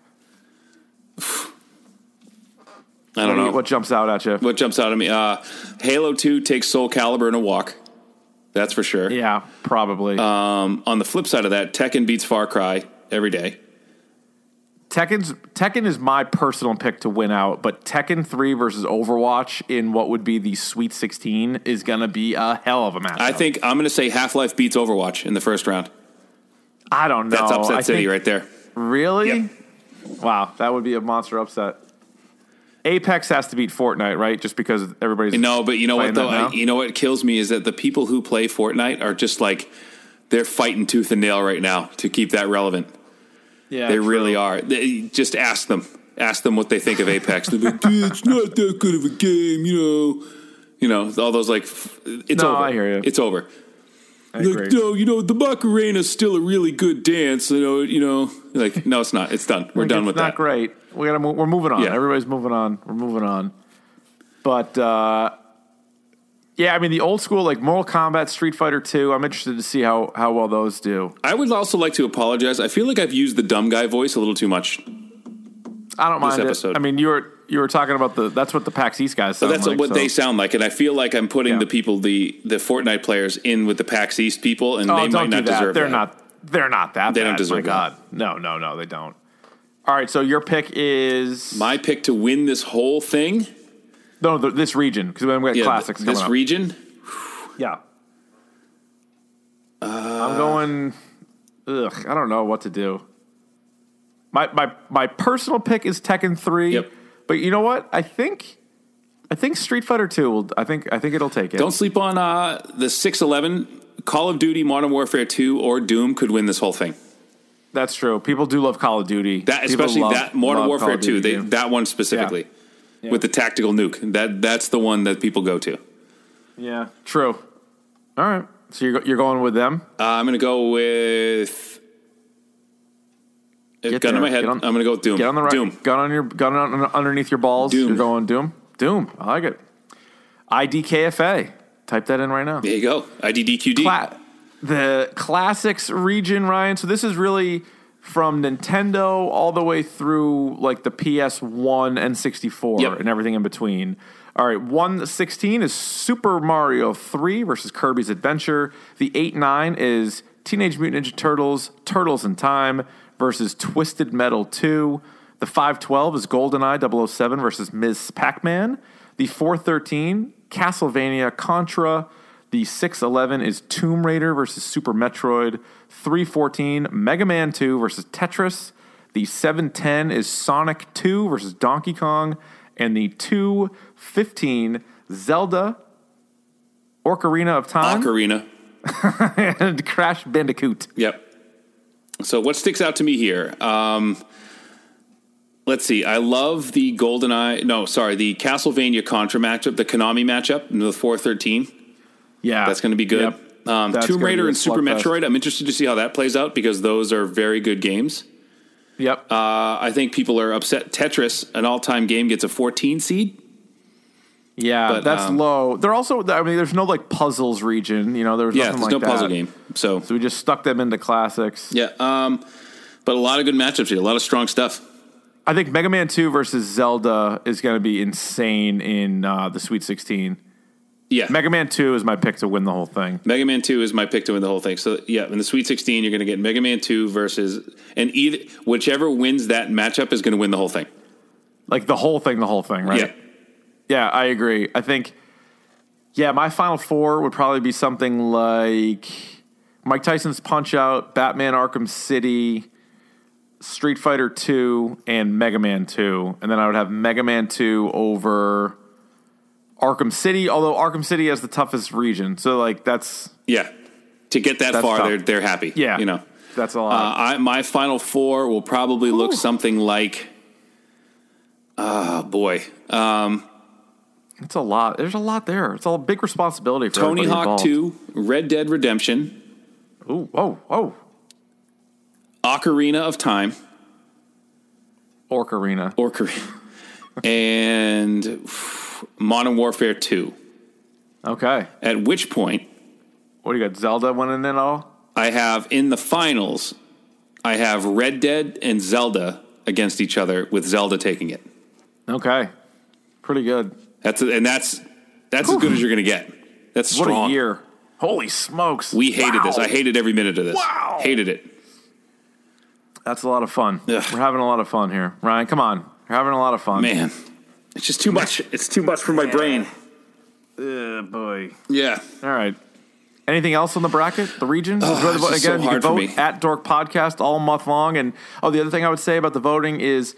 [SPEAKER 3] I don't know
[SPEAKER 2] What jumps out at you?
[SPEAKER 3] what jumps out at me. Uh, Halo Two takes Soul Calibur in a walk. That's for sure.
[SPEAKER 2] Yeah, probably.
[SPEAKER 3] Um, on the flip side of that, Tekken beats Far Cry every day.
[SPEAKER 2] Tekken's Tekken is my personal pick to win out, but Tekken 3 versus Overwatch in what would be the Sweet 16 is going to be a hell of a match.
[SPEAKER 3] I think I'm going to say Half Life beats Overwatch in the first round.
[SPEAKER 2] I don't know.
[SPEAKER 3] That's upset
[SPEAKER 2] I
[SPEAKER 3] city
[SPEAKER 2] think-
[SPEAKER 3] right there.
[SPEAKER 2] Really?
[SPEAKER 3] Yep.
[SPEAKER 2] Wow, that would be a monster upset. Apex has to beat Fortnite, right? Just because everybody's
[SPEAKER 3] No, but you know
[SPEAKER 2] playing
[SPEAKER 3] what
[SPEAKER 2] that
[SPEAKER 3] though?
[SPEAKER 2] now?
[SPEAKER 3] I, you know what kills me is that the people who play Fortnite are just like they're fighting tooth and nail right now to keep that relevant.
[SPEAKER 2] yeah,
[SPEAKER 3] They
[SPEAKER 2] true.
[SPEAKER 3] really are. They, just ask them. Ask them what they think of Apex. They'll be like, "Dude, it's not that good of a game, you know. You know, all those like, f- it's
[SPEAKER 2] No,
[SPEAKER 3] over.
[SPEAKER 2] I hear you.
[SPEAKER 3] It's over.
[SPEAKER 2] I
[SPEAKER 3] Like,
[SPEAKER 2] agree.
[SPEAKER 3] no, you know, the Macarena's still a really good dance. You know, you know, like, no, it's not. It's done. We're done
[SPEAKER 2] it's
[SPEAKER 3] with
[SPEAKER 2] not
[SPEAKER 3] that.
[SPEAKER 2] great. We gotta, mo- we're moving on.
[SPEAKER 3] Yeah.
[SPEAKER 2] Everybody's moving on. We're moving on. But uh, yeah, I mean the old school like Mortal Kombat, Street Fighter 2. I'm interested to see how how well those do.
[SPEAKER 3] I would also like to apologize. I feel like I've used the dumb guy voice a little too much.
[SPEAKER 2] I don't mind
[SPEAKER 3] episode.
[SPEAKER 2] it. I mean, you were you were talking about the that's what the PAX East guys.
[SPEAKER 3] But
[SPEAKER 2] sound
[SPEAKER 3] that's
[SPEAKER 2] like,
[SPEAKER 3] what
[SPEAKER 2] so-
[SPEAKER 3] they sound like, and I feel like I'm putting
[SPEAKER 2] Yeah.
[SPEAKER 3] the people, the the Fortnite players, in with the PAX East people, and
[SPEAKER 2] Oh,
[SPEAKER 3] they
[SPEAKER 2] don't
[SPEAKER 3] might
[SPEAKER 2] do
[SPEAKER 3] not
[SPEAKER 2] that.
[SPEAKER 3] deserve
[SPEAKER 2] They're
[SPEAKER 3] that.
[SPEAKER 2] not. They're not that.
[SPEAKER 3] They don't
[SPEAKER 2] bad.
[SPEAKER 3] deserve
[SPEAKER 2] My
[SPEAKER 3] that.
[SPEAKER 2] God, no, no, no, they don't. All right, so your pick is
[SPEAKER 3] My pick to win this whole thing,
[SPEAKER 2] no th- this region because we have got
[SPEAKER 3] yeah,
[SPEAKER 2] classics
[SPEAKER 3] this
[SPEAKER 2] coming
[SPEAKER 3] region.
[SPEAKER 2] up. Yeah,
[SPEAKER 3] Uh,
[SPEAKER 2] I'm going. Ugh, I don't know what to do. My my my personal pick is Tekken three.
[SPEAKER 3] Yep.
[SPEAKER 2] But you know what? I think I think Street Fighter two will. I think I think it'll take it.
[SPEAKER 3] Don't sleep on uh, the 611. Call of Duty, Modern Warfare 2, or Doom could win this whole thing.
[SPEAKER 2] That's true. People do love Call of Duty.
[SPEAKER 3] That
[SPEAKER 2] People
[SPEAKER 3] especially
[SPEAKER 2] love-
[SPEAKER 3] that
[SPEAKER 2] love
[SPEAKER 3] Modern
[SPEAKER 2] Call
[SPEAKER 3] Warfare
[SPEAKER 2] of Duty
[SPEAKER 3] 2, they,
[SPEAKER 2] games.
[SPEAKER 3] that one specifically with the tactical nuke. That that's the one that people go to. Uh,
[SPEAKER 2] yeah, true. All right, so you're go- you're going with them.
[SPEAKER 3] I'm going to go with It's
[SPEAKER 2] Get
[SPEAKER 3] gun in
[SPEAKER 2] there.
[SPEAKER 3] my head.
[SPEAKER 2] Get on-
[SPEAKER 3] I'm going to go with Doom.
[SPEAKER 2] Get on the right.
[SPEAKER 3] Doom.
[SPEAKER 2] Gun on your gun on, underneath your balls.
[SPEAKER 3] Doom.
[SPEAKER 2] You're going Doom. Doom. I like it. IDKFA. Type that in right now.
[SPEAKER 3] There you go. IDDQD.
[SPEAKER 2] Cla- the classics region, Ryan. So this is really from Nintendo all the way through like the PS1 and 64
[SPEAKER 3] Yep.
[SPEAKER 2] and everything in between. All right, 116 is Super Mario 3 versus Kirby's Adventure. The 8-9 is Teenage Mutant Ninja Turtles, Turtles in Time versus Twisted Metal 2. The 512 is GoldenEye 007 versus Ms. Pac-Man. The 413, Castlevania Contra. The 611 is Tomb Raider versus Super Metroid. 314, Mega Man 2 versus Tetris. The 710 is Sonic 2 versus Donkey Kong. And the 215, Zelda, Ocarina of Time,
[SPEAKER 3] Ocarina.
[SPEAKER 2] and Crash Bandicoot.
[SPEAKER 3] Yep. So what sticks out to me here? Um, Let's see. I love the Golden Eye. No, sorry, the Castlevania Contra matchup, the Konami matchup, in the four thirteen.
[SPEAKER 2] Yeah,
[SPEAKER 3] That's going to be good.
[SPEAKER 2] Yep.
[SPEAKER 3] Um,
[SPEAKER 2] That's
[SPEAKER 3] Tomb
[SPEAKER 2] gonna be
[SPEAKER 3] Raider
[SPEAKER 2] a
[SPEAKER 3] and Super
[SPEAKER 2] slugfest.
[SPEAKER 3] Metroid. I'm interested to see how that plays out because those are very good games.
[SPEAKER 2] Yep.
[SPEAKER 3] Uh, I think people are upset. Tetris, an all-time game, gets a 14 seed.
[SPEAKER 2] yeah,
[SPEAKER 3] but,
[SPEAKER 2] that's
[SPEAKER 3] um,
[SPEAKER 2] low. They're also. I mean, there's no like puzzles region. You know, there was
[SPEAKER 3] Yeah,
[SPEAKER 2] nothing
[SPEAKER 3] there's
[SPEAKER 2] like
[SPEAKER 3] no
[SPEAKER 2] that.
[SPEAKER 3] puzzle game. So
[SPEAKER 2] So we just stuck them into classics.
[SPEAKER 3] yeah, um, but a lot of good matchups here. A lot of strong stuff.
[SPEAKER 2] I think Mega Man Two versus Zelda is going to be insane in uh, the Sweet Sixteen.
[SPEAKER 3] Yeah,
[SPEAKER 2] Mega Man Two is my pick to win the whole thing.
[SPEAKER 3] Mega Man Two is my pick to win the whole thing. So yeah, in the Sweet 16, you're going to get Mega Man Two versus and either whichever wins that matchup is going to win the whole thing.
[SPEAKER 2] Like the whole thing, the whole thing, right?
[SPEAKER 3] Yeah,
[SPEAKER 2] Yeah, I agree. I think, yeah, my final four would probably be something like Mike Tyson's Punch Out, Batman Arkham City, Street Fighter 2, and Mega Man 2. And then I would have Mega Man 2 over Arkham City, although Arkham City has the toughest region. So, like, that's,
[SPEAKER 3] yeah. To get that
[SPEAKER 2] That's
[SPEAKER 3] far,
[SPEAKER 2] tough.
[SPEAKER 3] they're they're happy.
[SPEAKER 2] yeah.
[SPEAKER 3] you know.
[SPEAKER 2] that's a
[SPEAKER 3] Uh,
[SPEAKER 2] lot.
[SPEAKER 3] I, my final four will probably look something like. Oh boy,
[SPEAKER 2] it's a lot. There's a lot there. It's a big responsibility for
[SPEAKER 3] Tony
[SPEAKER 2] everybody
[SPEAKER 3] Hawk
[SPEAKER 2] involved.
[SPEAKER 3] Two, Red Dead Redemption,
[SPEAKER 2] Ooh, oh, oh.
[SPEAKER 3] Ocarina of Time,
[SPEAKER 2] Orc Arena.
[SPEAKER 3] or Ocarina, and Modern Warfare Two.
[SPEAKER 2] Okay.
[SPEAKER 3] At which point,
[SPEAKER 2] What do you got? Zelda winning it all?
[SPEAKER 3] I have in the finals, I have Red Dead and Zelda against each other, with Zelda taking it.
[SPEAKER 2] Okay. Pretty good.
[SPEAKER 3] That's and that's that's as good as you're going to get. That's
[SPEAKER 2] What
[SPEAKER 3] strong.
[SPEAKER 2] a year. Holy smokes.
[SPEAKER 3] We hated this.
[SPEAKER 2] Wow.
[SPEAKER 3] I hated every minute of this.
[SPEAKER 2] Wow.
[SPEAKER 3] Hated it.
[SPEAKER 2] That's a lot of fun.
[SPEAKER 3] Ugh.
[SPEAKER 2] We're having a lot of fun here. Ryan, come on. You're having a lot of fun.
[SPEAKER 3] Man, it's just too much. It's too much for my brain.
[SPEAKER 2] Uh, boy.
[SPEAKER 3] Yeah.
[SPEAKER 2] All right. Anything else on the bracket? The region? Enjoy the
[SPEAKER 3] Oh, it's
[SPEAKER 2] vote.
[SPEAKER 3] just so
[SPEAKER 2] Again, you can
[SPEAKER 3] hard for
[SPEAKER 2] vote
[SPEAKER 3] me.
[SPEAKER 2] at Dork Podcast all month long. And oh, the other thing I would say about the voting is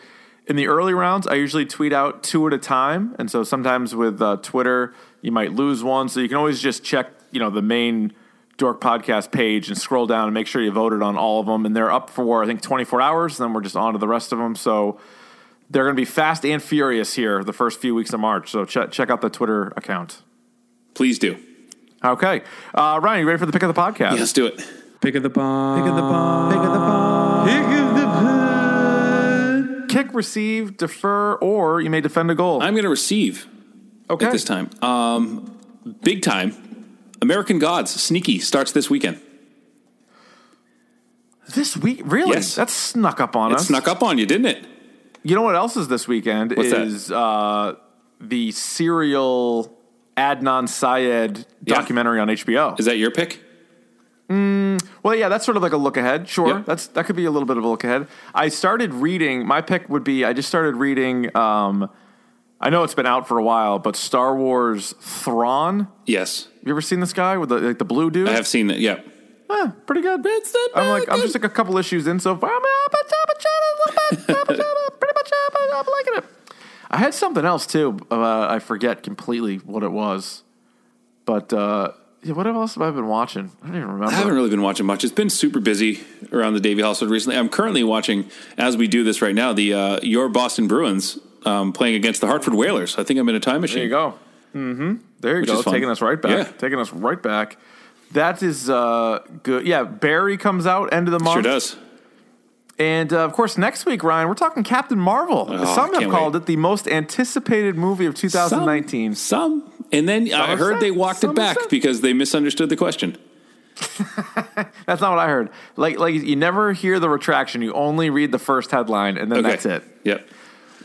[SPEAKER 2] in the early rounds, I usually tweet out two at a time. And so sometimes with uh, Twitter, you might lose one. So you can always just check, you know, the main Dork Podcast page and scroll down and make sure you voted on all of them. And they're up for, I think, 24 hours. And then we're just on to the rest of them. So they're going to be fast and furious here the first few weeks of March. So check check out the Twitter account.
[SPEAKER 3] Please do.
[SPEAKER 2] Okay. Uh, Ryan, you ready for the pick of the podcast?
[SPEAKER 3] Let's do it.
[SPEAKER 4] Pick of the bomb. Pick of the bomb.
[SPEAKER 2] Kick, receive, defer, or you may defend a goal.
[SPEAKER 3] I'm going to receive
[SPEAKER 2] okay.
[SPEAKER 3] at this time. Um, big time. American Gods Sneaky starts this weekend.
[SPEAKER 2] This week, really?
[SPEAKER 3] Yes.
[SPEAKER 2] That snuck up on
[SPEAKER 3] It
[SPEAKER 2] us.
[SPEAKER 3] snuck up on you, didn't it?
[SPEAKER 2] You know what else is this weekend?
[SPEAKER 3] What's that?
[SPEAKER 2] is uh, the serial Adnan Syed
[SPEAKER 3] Yeah.
[SPEAKER 2] documentary on HBO.
[SPEAKER 3] Is that your pick?
[SPEAKER 2] well, yeah, that's sort of like a look ahead. Sure,
[SPEAKER 3] Yeah.
[SPEAKER 2] that's that could be a little bit of a look ahead. I started reading. My pick would be. I just started reading. Um, I know it's been out for a while, but Star Wars Thrawn.
[SPEAKER 3] Yes,
[SPEAKER 2] You ever seen this guy with the like the blue dude?
[SPEAKER 3] I have seen that. Yeah,
[SPEAKER 2] Eh, pretty good. I'm like, I'm just like a couple issues in so far. I'm, pretty much, I'm liking it. I had something else too. Uh, I forget completely what it was, but uh, yeah, what else have I been watching? I don't even remember.
[SPEAKER 3] I haven't really been watching much. It's been super busy around the Davy household recently. I'm currently watching, as we do this right now, the uh, your Boston Bruins um, playing against the Hartford Whalers. I think I'm in a time machine.
[SPEAKER 2] There you go. Mm-hmm. There you
[SPEAKER 3] Which
[SPEAKER 2] go.
[SPEAKER 3] is fun.
[SPEAKER 2] Taking us right back.
[SPEAKER 3] Yeah.
[SPEAKER 2] Taking us right back. That is uh, good. Yeah, Barry comes out end of the month.
[SPEAKER 3] Sure does.
[SPEAKER 2] And uh, of course, next week, Ryan, we're talking Captain Marvel. Some have
[SPEAKER 3] Oh, can't
[SPEAKER 2] called
[SPEAKER 3] wait.
[SPEAKER 2] it the most anticipated movie of 2019.
[SPEAKER 3] Some, some. and then I
[SPEAKER 2] have
[SPEAKER 3] heard
[SPEAKER 2] said-
[SPEAKER 3] they walked
[SPEAKER 2] some
[SPEAKER 3] it
[SPEAKER 2] have
[SPEAKER 3] back
[SPEAKER 2] said.
[SPEAKER 3] because they misunderstood the question.
[SPEAKER 2] That's not what I heard. Like, like you never hear the retraction. You only read the first headline, and then
[SPEAKER 3] Okay.
[SPEAKER 2] that's it.
[SPEAKER 3] Yep.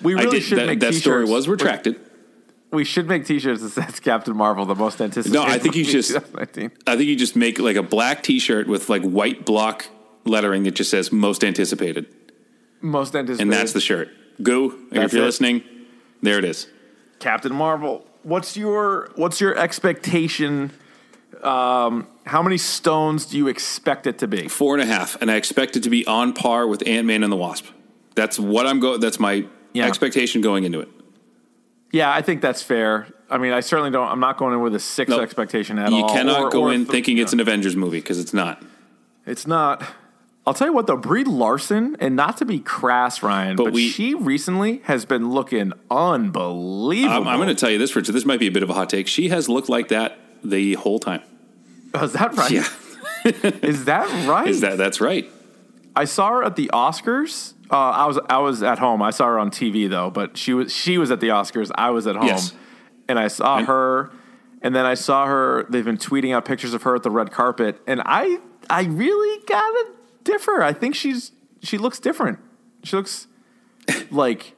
[SPEAKER 2] We really
[SPEAKER 3] I did.
[SPEAKER 2] should
[SPEAKER 3] That,
[SPEAKER 2] make
[SPEAKER 3] that
[SPEAKER 2] t-shirts.
[SPEAKER 3] story was retracted.
[SPEAKER 2] We, we should make T-shirts that says Captain Marvel, the most anticipated.
[SPEAKER 3] No, I think you
[SPEAKER 2] movie
[SPEAKER 3] just-
[SPEAKER 2] 2019.
[SPEAKER 3] I think you just make like a black T-shirt with like white block lettering that just says "Most Anticipated,"
[SPEAKER 2] most anticipated,
[SPEAKER 3] and that's the shirt. Go And if
[SPEAKER 2] That's
[SPEAKER 3] you're
[SPEAKER 2] it.
[SPEAKER 3] listening. There it is.
[SPEAKER 2] Captain Marvel. What's your what's your expectation? Um, how many stones do you expect it to be?
[SPEAKER 3] Four and a half, and I expect it to be on par with Ant Man and the Wasp. That's what I'm going. That's my
[SPEAKER 2] Yeah.
[SPEAKER 3] expectation going into it.
[SPEAKER 2] Yeah, I think that's fair. I mean, I certainly don't. I'm not going in with a six
[SPEAKER 3] Nope.
[SPEAKER 2] expectation at
[SPEAKER 3] You
[SPEAKER 2] all.
[SPEAKER 3] cannot
[SPEAKER 2] Or-
[SPEAKER 3] go
[SPEAKER 2] or
[SPEAKER 3] in
[SPEAKER 2] th-
[SPEAKER 3] thinking it's an Avengers movie because it's not.
[SPEAKER 2] It's not. I'll tell you what, though, Brie Larson, and not to be crass, Ryan, but,
[SPEAKER 3] But we-
[SPEAKER 2] she recently has been looking unbelievable.
[SPEAKER 3] I'm, I'm going to tell you this, Richard. This might be a bit of a hot take. She has looked like that the whole time.
[SPEAKER 2] Oh, is that right? Is that right?
[SPEAKER 3] is that that's right?
[SPEAKER 2] I saw her at the Oscars. Uh, I was I was at home. I saw her on TV though, but she was she was at the Oscars. I was at home,
[SPEAKER 3] Yes.
[SPEAKER 2] and I saw
[SPEAKER 3] And-
[SPEAKER 2] her. And then I saw her. They've been tweeting out pictures of her at the red carpet, and I I really gotta differ. I think she's she looks different. She looks like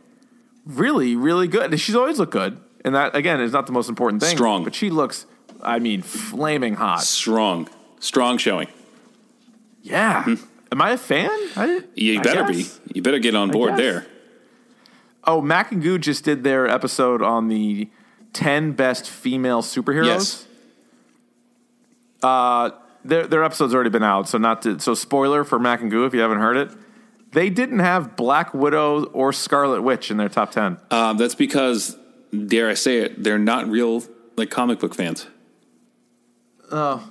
[SPEAKER 2] really really good. And She's always looked good, and that again is not the most important thing.
[SPEAKER 3] Strong.
[SPEAKER 2] but she looks. I mean, flaming hot.
[SPEAKER 3] Strong, strong showing.
[SPEAKER 2] Yeah. Am I a fan? I,
[SPEAKER 3] Mm-hmm. You
[SPEAKER 2] I
[SPEAKER 3] better
[SPEAKER 2] guess.
[SPEAKER 3] be. You better get on board
[SPEAKER 2] guess.
[SPEAKER 3] there.
[SPEAKER 2] Oh, Mac and Goo just did their episode on the 10 best female superheroes. Uh,
[SPEAKER 3] Yes.
[SPEAKER 2] Their, their episode's already been out, so not to, so spoiler for Mac and Goo if you haven't heard it. They didn't have Black Widow or Scarlet Witch in their top 10.
[SPEAKER 3] Um, that's because, dare I say it, they're not real like comic book fans.
[SPEAKER 2] well,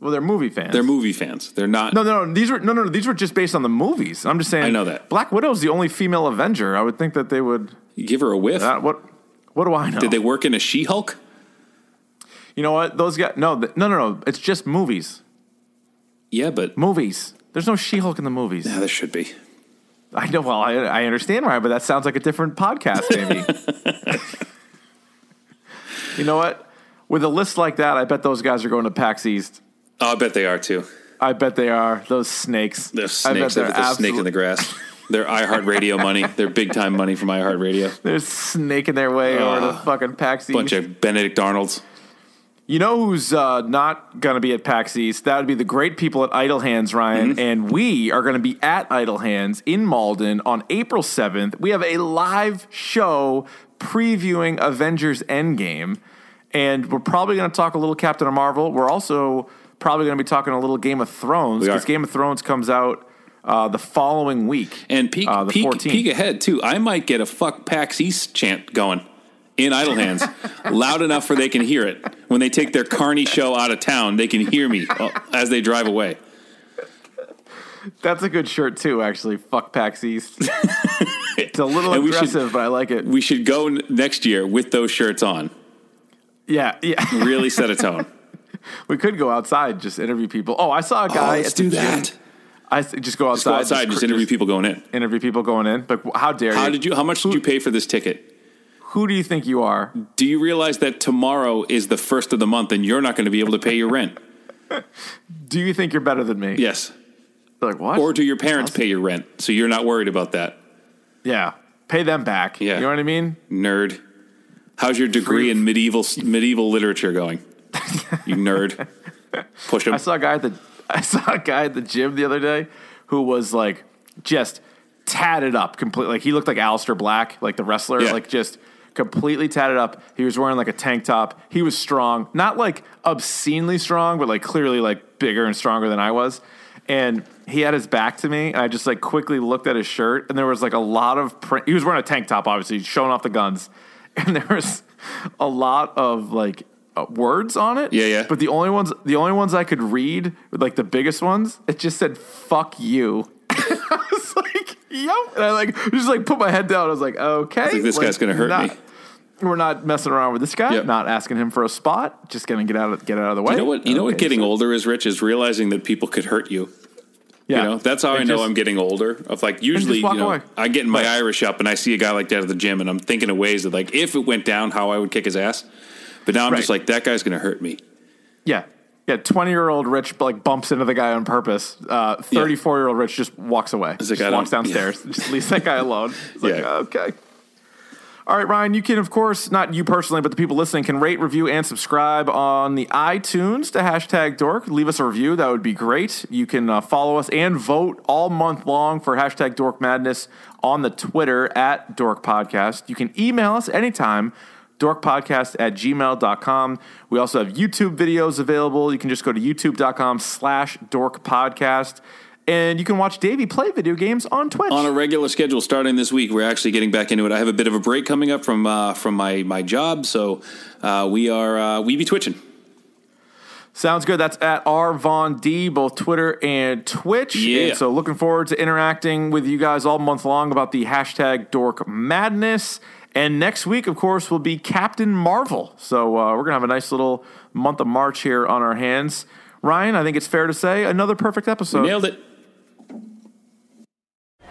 [SPEAKER 2] they're movie fans.
[SPEAKER 3] They're movie fans. They're not.
[SPEAKER 2] no, no, no, these were no, no, no. These were just based on the movies. I'm just saying.
[SPEAKER 3] I know that.
[SPEAKER 2] Black Widow's the only female Avenger. I would think that they would.
[SPEAKER 3] Give her a whiff.
[SPEAKER 2] That, what? What do I know?
[SPEAKER 3] Did they work in a She Hulk?
[SPEAKER 2] You know what? Those guys. No, th- no, no, no. It's just movies.
[SPEAKER 3] Yeah, but
[SPEAKER 2] Movies. There's no She-Hulk in the movies.
[SPEAKER 3] yeah, there should be.
[SPEAKER 2] I know. Well, I, I understand, Ryan, but that sounds like a different podcast, maybe. you know what? With a list like that, I bet those guys are going to PAX East.
[SPEAKER 3] Oh, I bet they are too.
[SPEAKER 2] I bet they are. Those snakes. I
[SPEAKER 3] They're
[SPEAKER 2] bet
[SPEAKER 3] snakes. They're,
[SPEAKER 2] they're
[SPEAKER 3] the snake in the
[SPEAKER 2] absolute-
[SPEAKER 3] grass. They're iHeartRadio money. They're big time money from iHeartRadio.
[SPEAKER 2] They're snaking their way over to
[SPEAKER 3] Ugh.
[SPEAKER 2] fucking PAX East.
[SPEAKER 3] Ah. Bunch of Benedict Arnolds.
[SPEAKER 2] You know who's uh, not going to be at PAX East? That would be the great people at Idle Hands, Ryan.
[SPEAKER 3] Mm-hmm.
[SPEAKER 2] And we are going to be at Idle Hands in Malden on April 7th. We have a live show previewing Avengers Endgame. And we're probably going to talk a little Captain Marvel. We're also probably going to be talking a little Game of Thrones
[SPEAKER 3] We are.
[SPEAKER 2] because Game of Thrones comes out uh, the following week.
[SPEAKER 3] And peek,
[SPEAKER 2] Uh, the
[SPEAKER 3] peek,
[SPEAKER 2] 14th.
[SPEAKER 3] peek ahead too. I might get a fuck PAX East chant going in idle hands, loud enough for they can hear it. When they take their carny show out of town, they can hear me uh, as they drive away.
[SPEAKER 2] That's a good shirt, too, actually. Fuck PAX East. it's a little
[SPEAKER 3] And we should-
[SPEAKER 2] aggressive, but I like it.
[SPEAKER 3] We should go n- next year with those shirts on.
[SPEAKER 2] yeah, yeah.
[SPEAKER 3] Really set a tone.
[SPEAKER 2] We could go outside, just interview people. Oh, I saw a guy.
[SPEAKER 3] let's
[SPEAKER 2] at the
[SPEAKER 3] do
[SPEAKER 2] gym.
[SPEAKER 3] that.
[SPEAKER 2] I s- just go
[SPEAKER 3] Let's go
[SPEAKER 2] outside.
[SPEAKER 3] outside and just interview people going in.
[SPEAKER 2] interview people going in. Like, wh- how dare
[SPEAKER 3] How
[SPEAKER 2] you?
[SPEAKER 3] did you? How much did you pay for this ticket?
[SPEAKER 2] Who do you think you are?
[SPEAKER 3] Do you realize that tomorrow is the first of the month and you're not going to be able to pay your rent?
[SPEAKER 2] Do you think you're better than me?
[SPEAKER 3] Yes.
[SPEAKER 2] They're like what?
[SPEAKER 3] Or do your parents pay your rent so you're not worried about that?
[SPEAKER 2] yeah, pay them back.
[SPEAKER 3] Yeah.
[SPEAKER 2] you know what I mean.
[SPEAKER 3] nerd. How's your degree in medieval medieval literature going? You nerd. Push him.
[SPEAKER 2] I saw a guy at the I saw a guy at the gym the other day who was like just tatted up completely. Like he looked like Aleister Black, like the wrestler,
[SPEAKER 3] Yeah.
[SPEAKER 2] like just completely tatted up. He was wearing like a tank top. He was strong, not like obscenely strong, but like clearly like bigger and stronger than I was. And he had his back to me, and I just like quickly looked at his shirt, and there was like a lot of print. He was wearing a tank top, obviously, showing off the guns, and there was a lot of like uh, words on it.
[SPEAKER 3] Yeah, yeah.
[SPEAKER 2] But the only ones, the only ones I could read, like the biggest ones, it just said "fuck you." I was like, "Yep," and I like just like put my head down. I was like, "Okay,
[SPEAKER 3] think this guy's gonna hurt
[SPEAKER 2] not-
[SPEAKER 3] me.
[SPEAKER 2] We're not messing around with this guy.
[SPEAKER 3] Yep.
[SPEAKER 2] Not asking him for a spot. Just gonna get out of get out of the way."
[SPEAKER 3] you know what? You know what?
[SPEAKER 2] Okay,
[SPEAKER 3] Getting
[SPEAKER 2] so-
[SPEAKER 3] older is rich is realizing that people could hurt you.
[SPEAKER 2] Yeah,
[SPEAKER 3] You know, that's how I know
[SPEAKER 2] just-
[SPEAKER 3] I'm getting older. Of like usually,
[SPEAKER 2] walk
[SPEAKER 3] you know,
[SPEAKER 2] away.
[SPEAKER 3] I get in my Irish up and I see a guy like that at the gym, and I'm thinking of ways that like if it went down, how I would kick his ass. But now I'm just
[SPEAKER 2] Right.
[SPEAKER 3] like that guy's going to hurt me.
[SPEAKER 2] Yeah. Yeah, twenty year old Rich like bumps into the guy on purpose. Thirty four year old Rich just walks away.
[SPEAKER 3] like,
[SPEAKER 2] Just
[SPEAKER 3] I
[SPEAKER 2] walks
[SPEAKER 3] don't-
[SPEAKER 2] downstairs. Just leaves that guy alone. It's like,
[SPEAKER 3] Yeah.
[SPEAKER 2] okay. All right, Ryan, you can of course, not you personally, but the people listening can rate, review, and subscribe on the iTunes to hashtag dork. Leave us a review. That would be great. You can uh, follow us and vote all month long for hashtag dork madness on the Twitter at dork podcast. You can email us anytime dorkpodcast at gmail.com. We also have YouTube videos available. You can just go to youtube.com slash dork podcast. And you can watch Davey play video games on Twitch.
[SPEAKER 3] on a regular schedule starting this week. We're actually getting back into it. I have a bit of a break coming up from uh, from my my job, so uh, we are uh, we be twitching.
[SPEAKER 2] Sounds good. That's at R Von D, both Twitter and Twitch.
[SPEAKER 3] Yeah.
[SPEAKER 2] And so looking forward to interacting with you guys all month long about the hashtag Dork Madness. And next week, of course, will be Captain Marvel. So uh, we're gonna have a nice little month of March here on our hands. Ryan, I think it's fair to say another perfect episode.
[SPEAKER 3] Nailed it.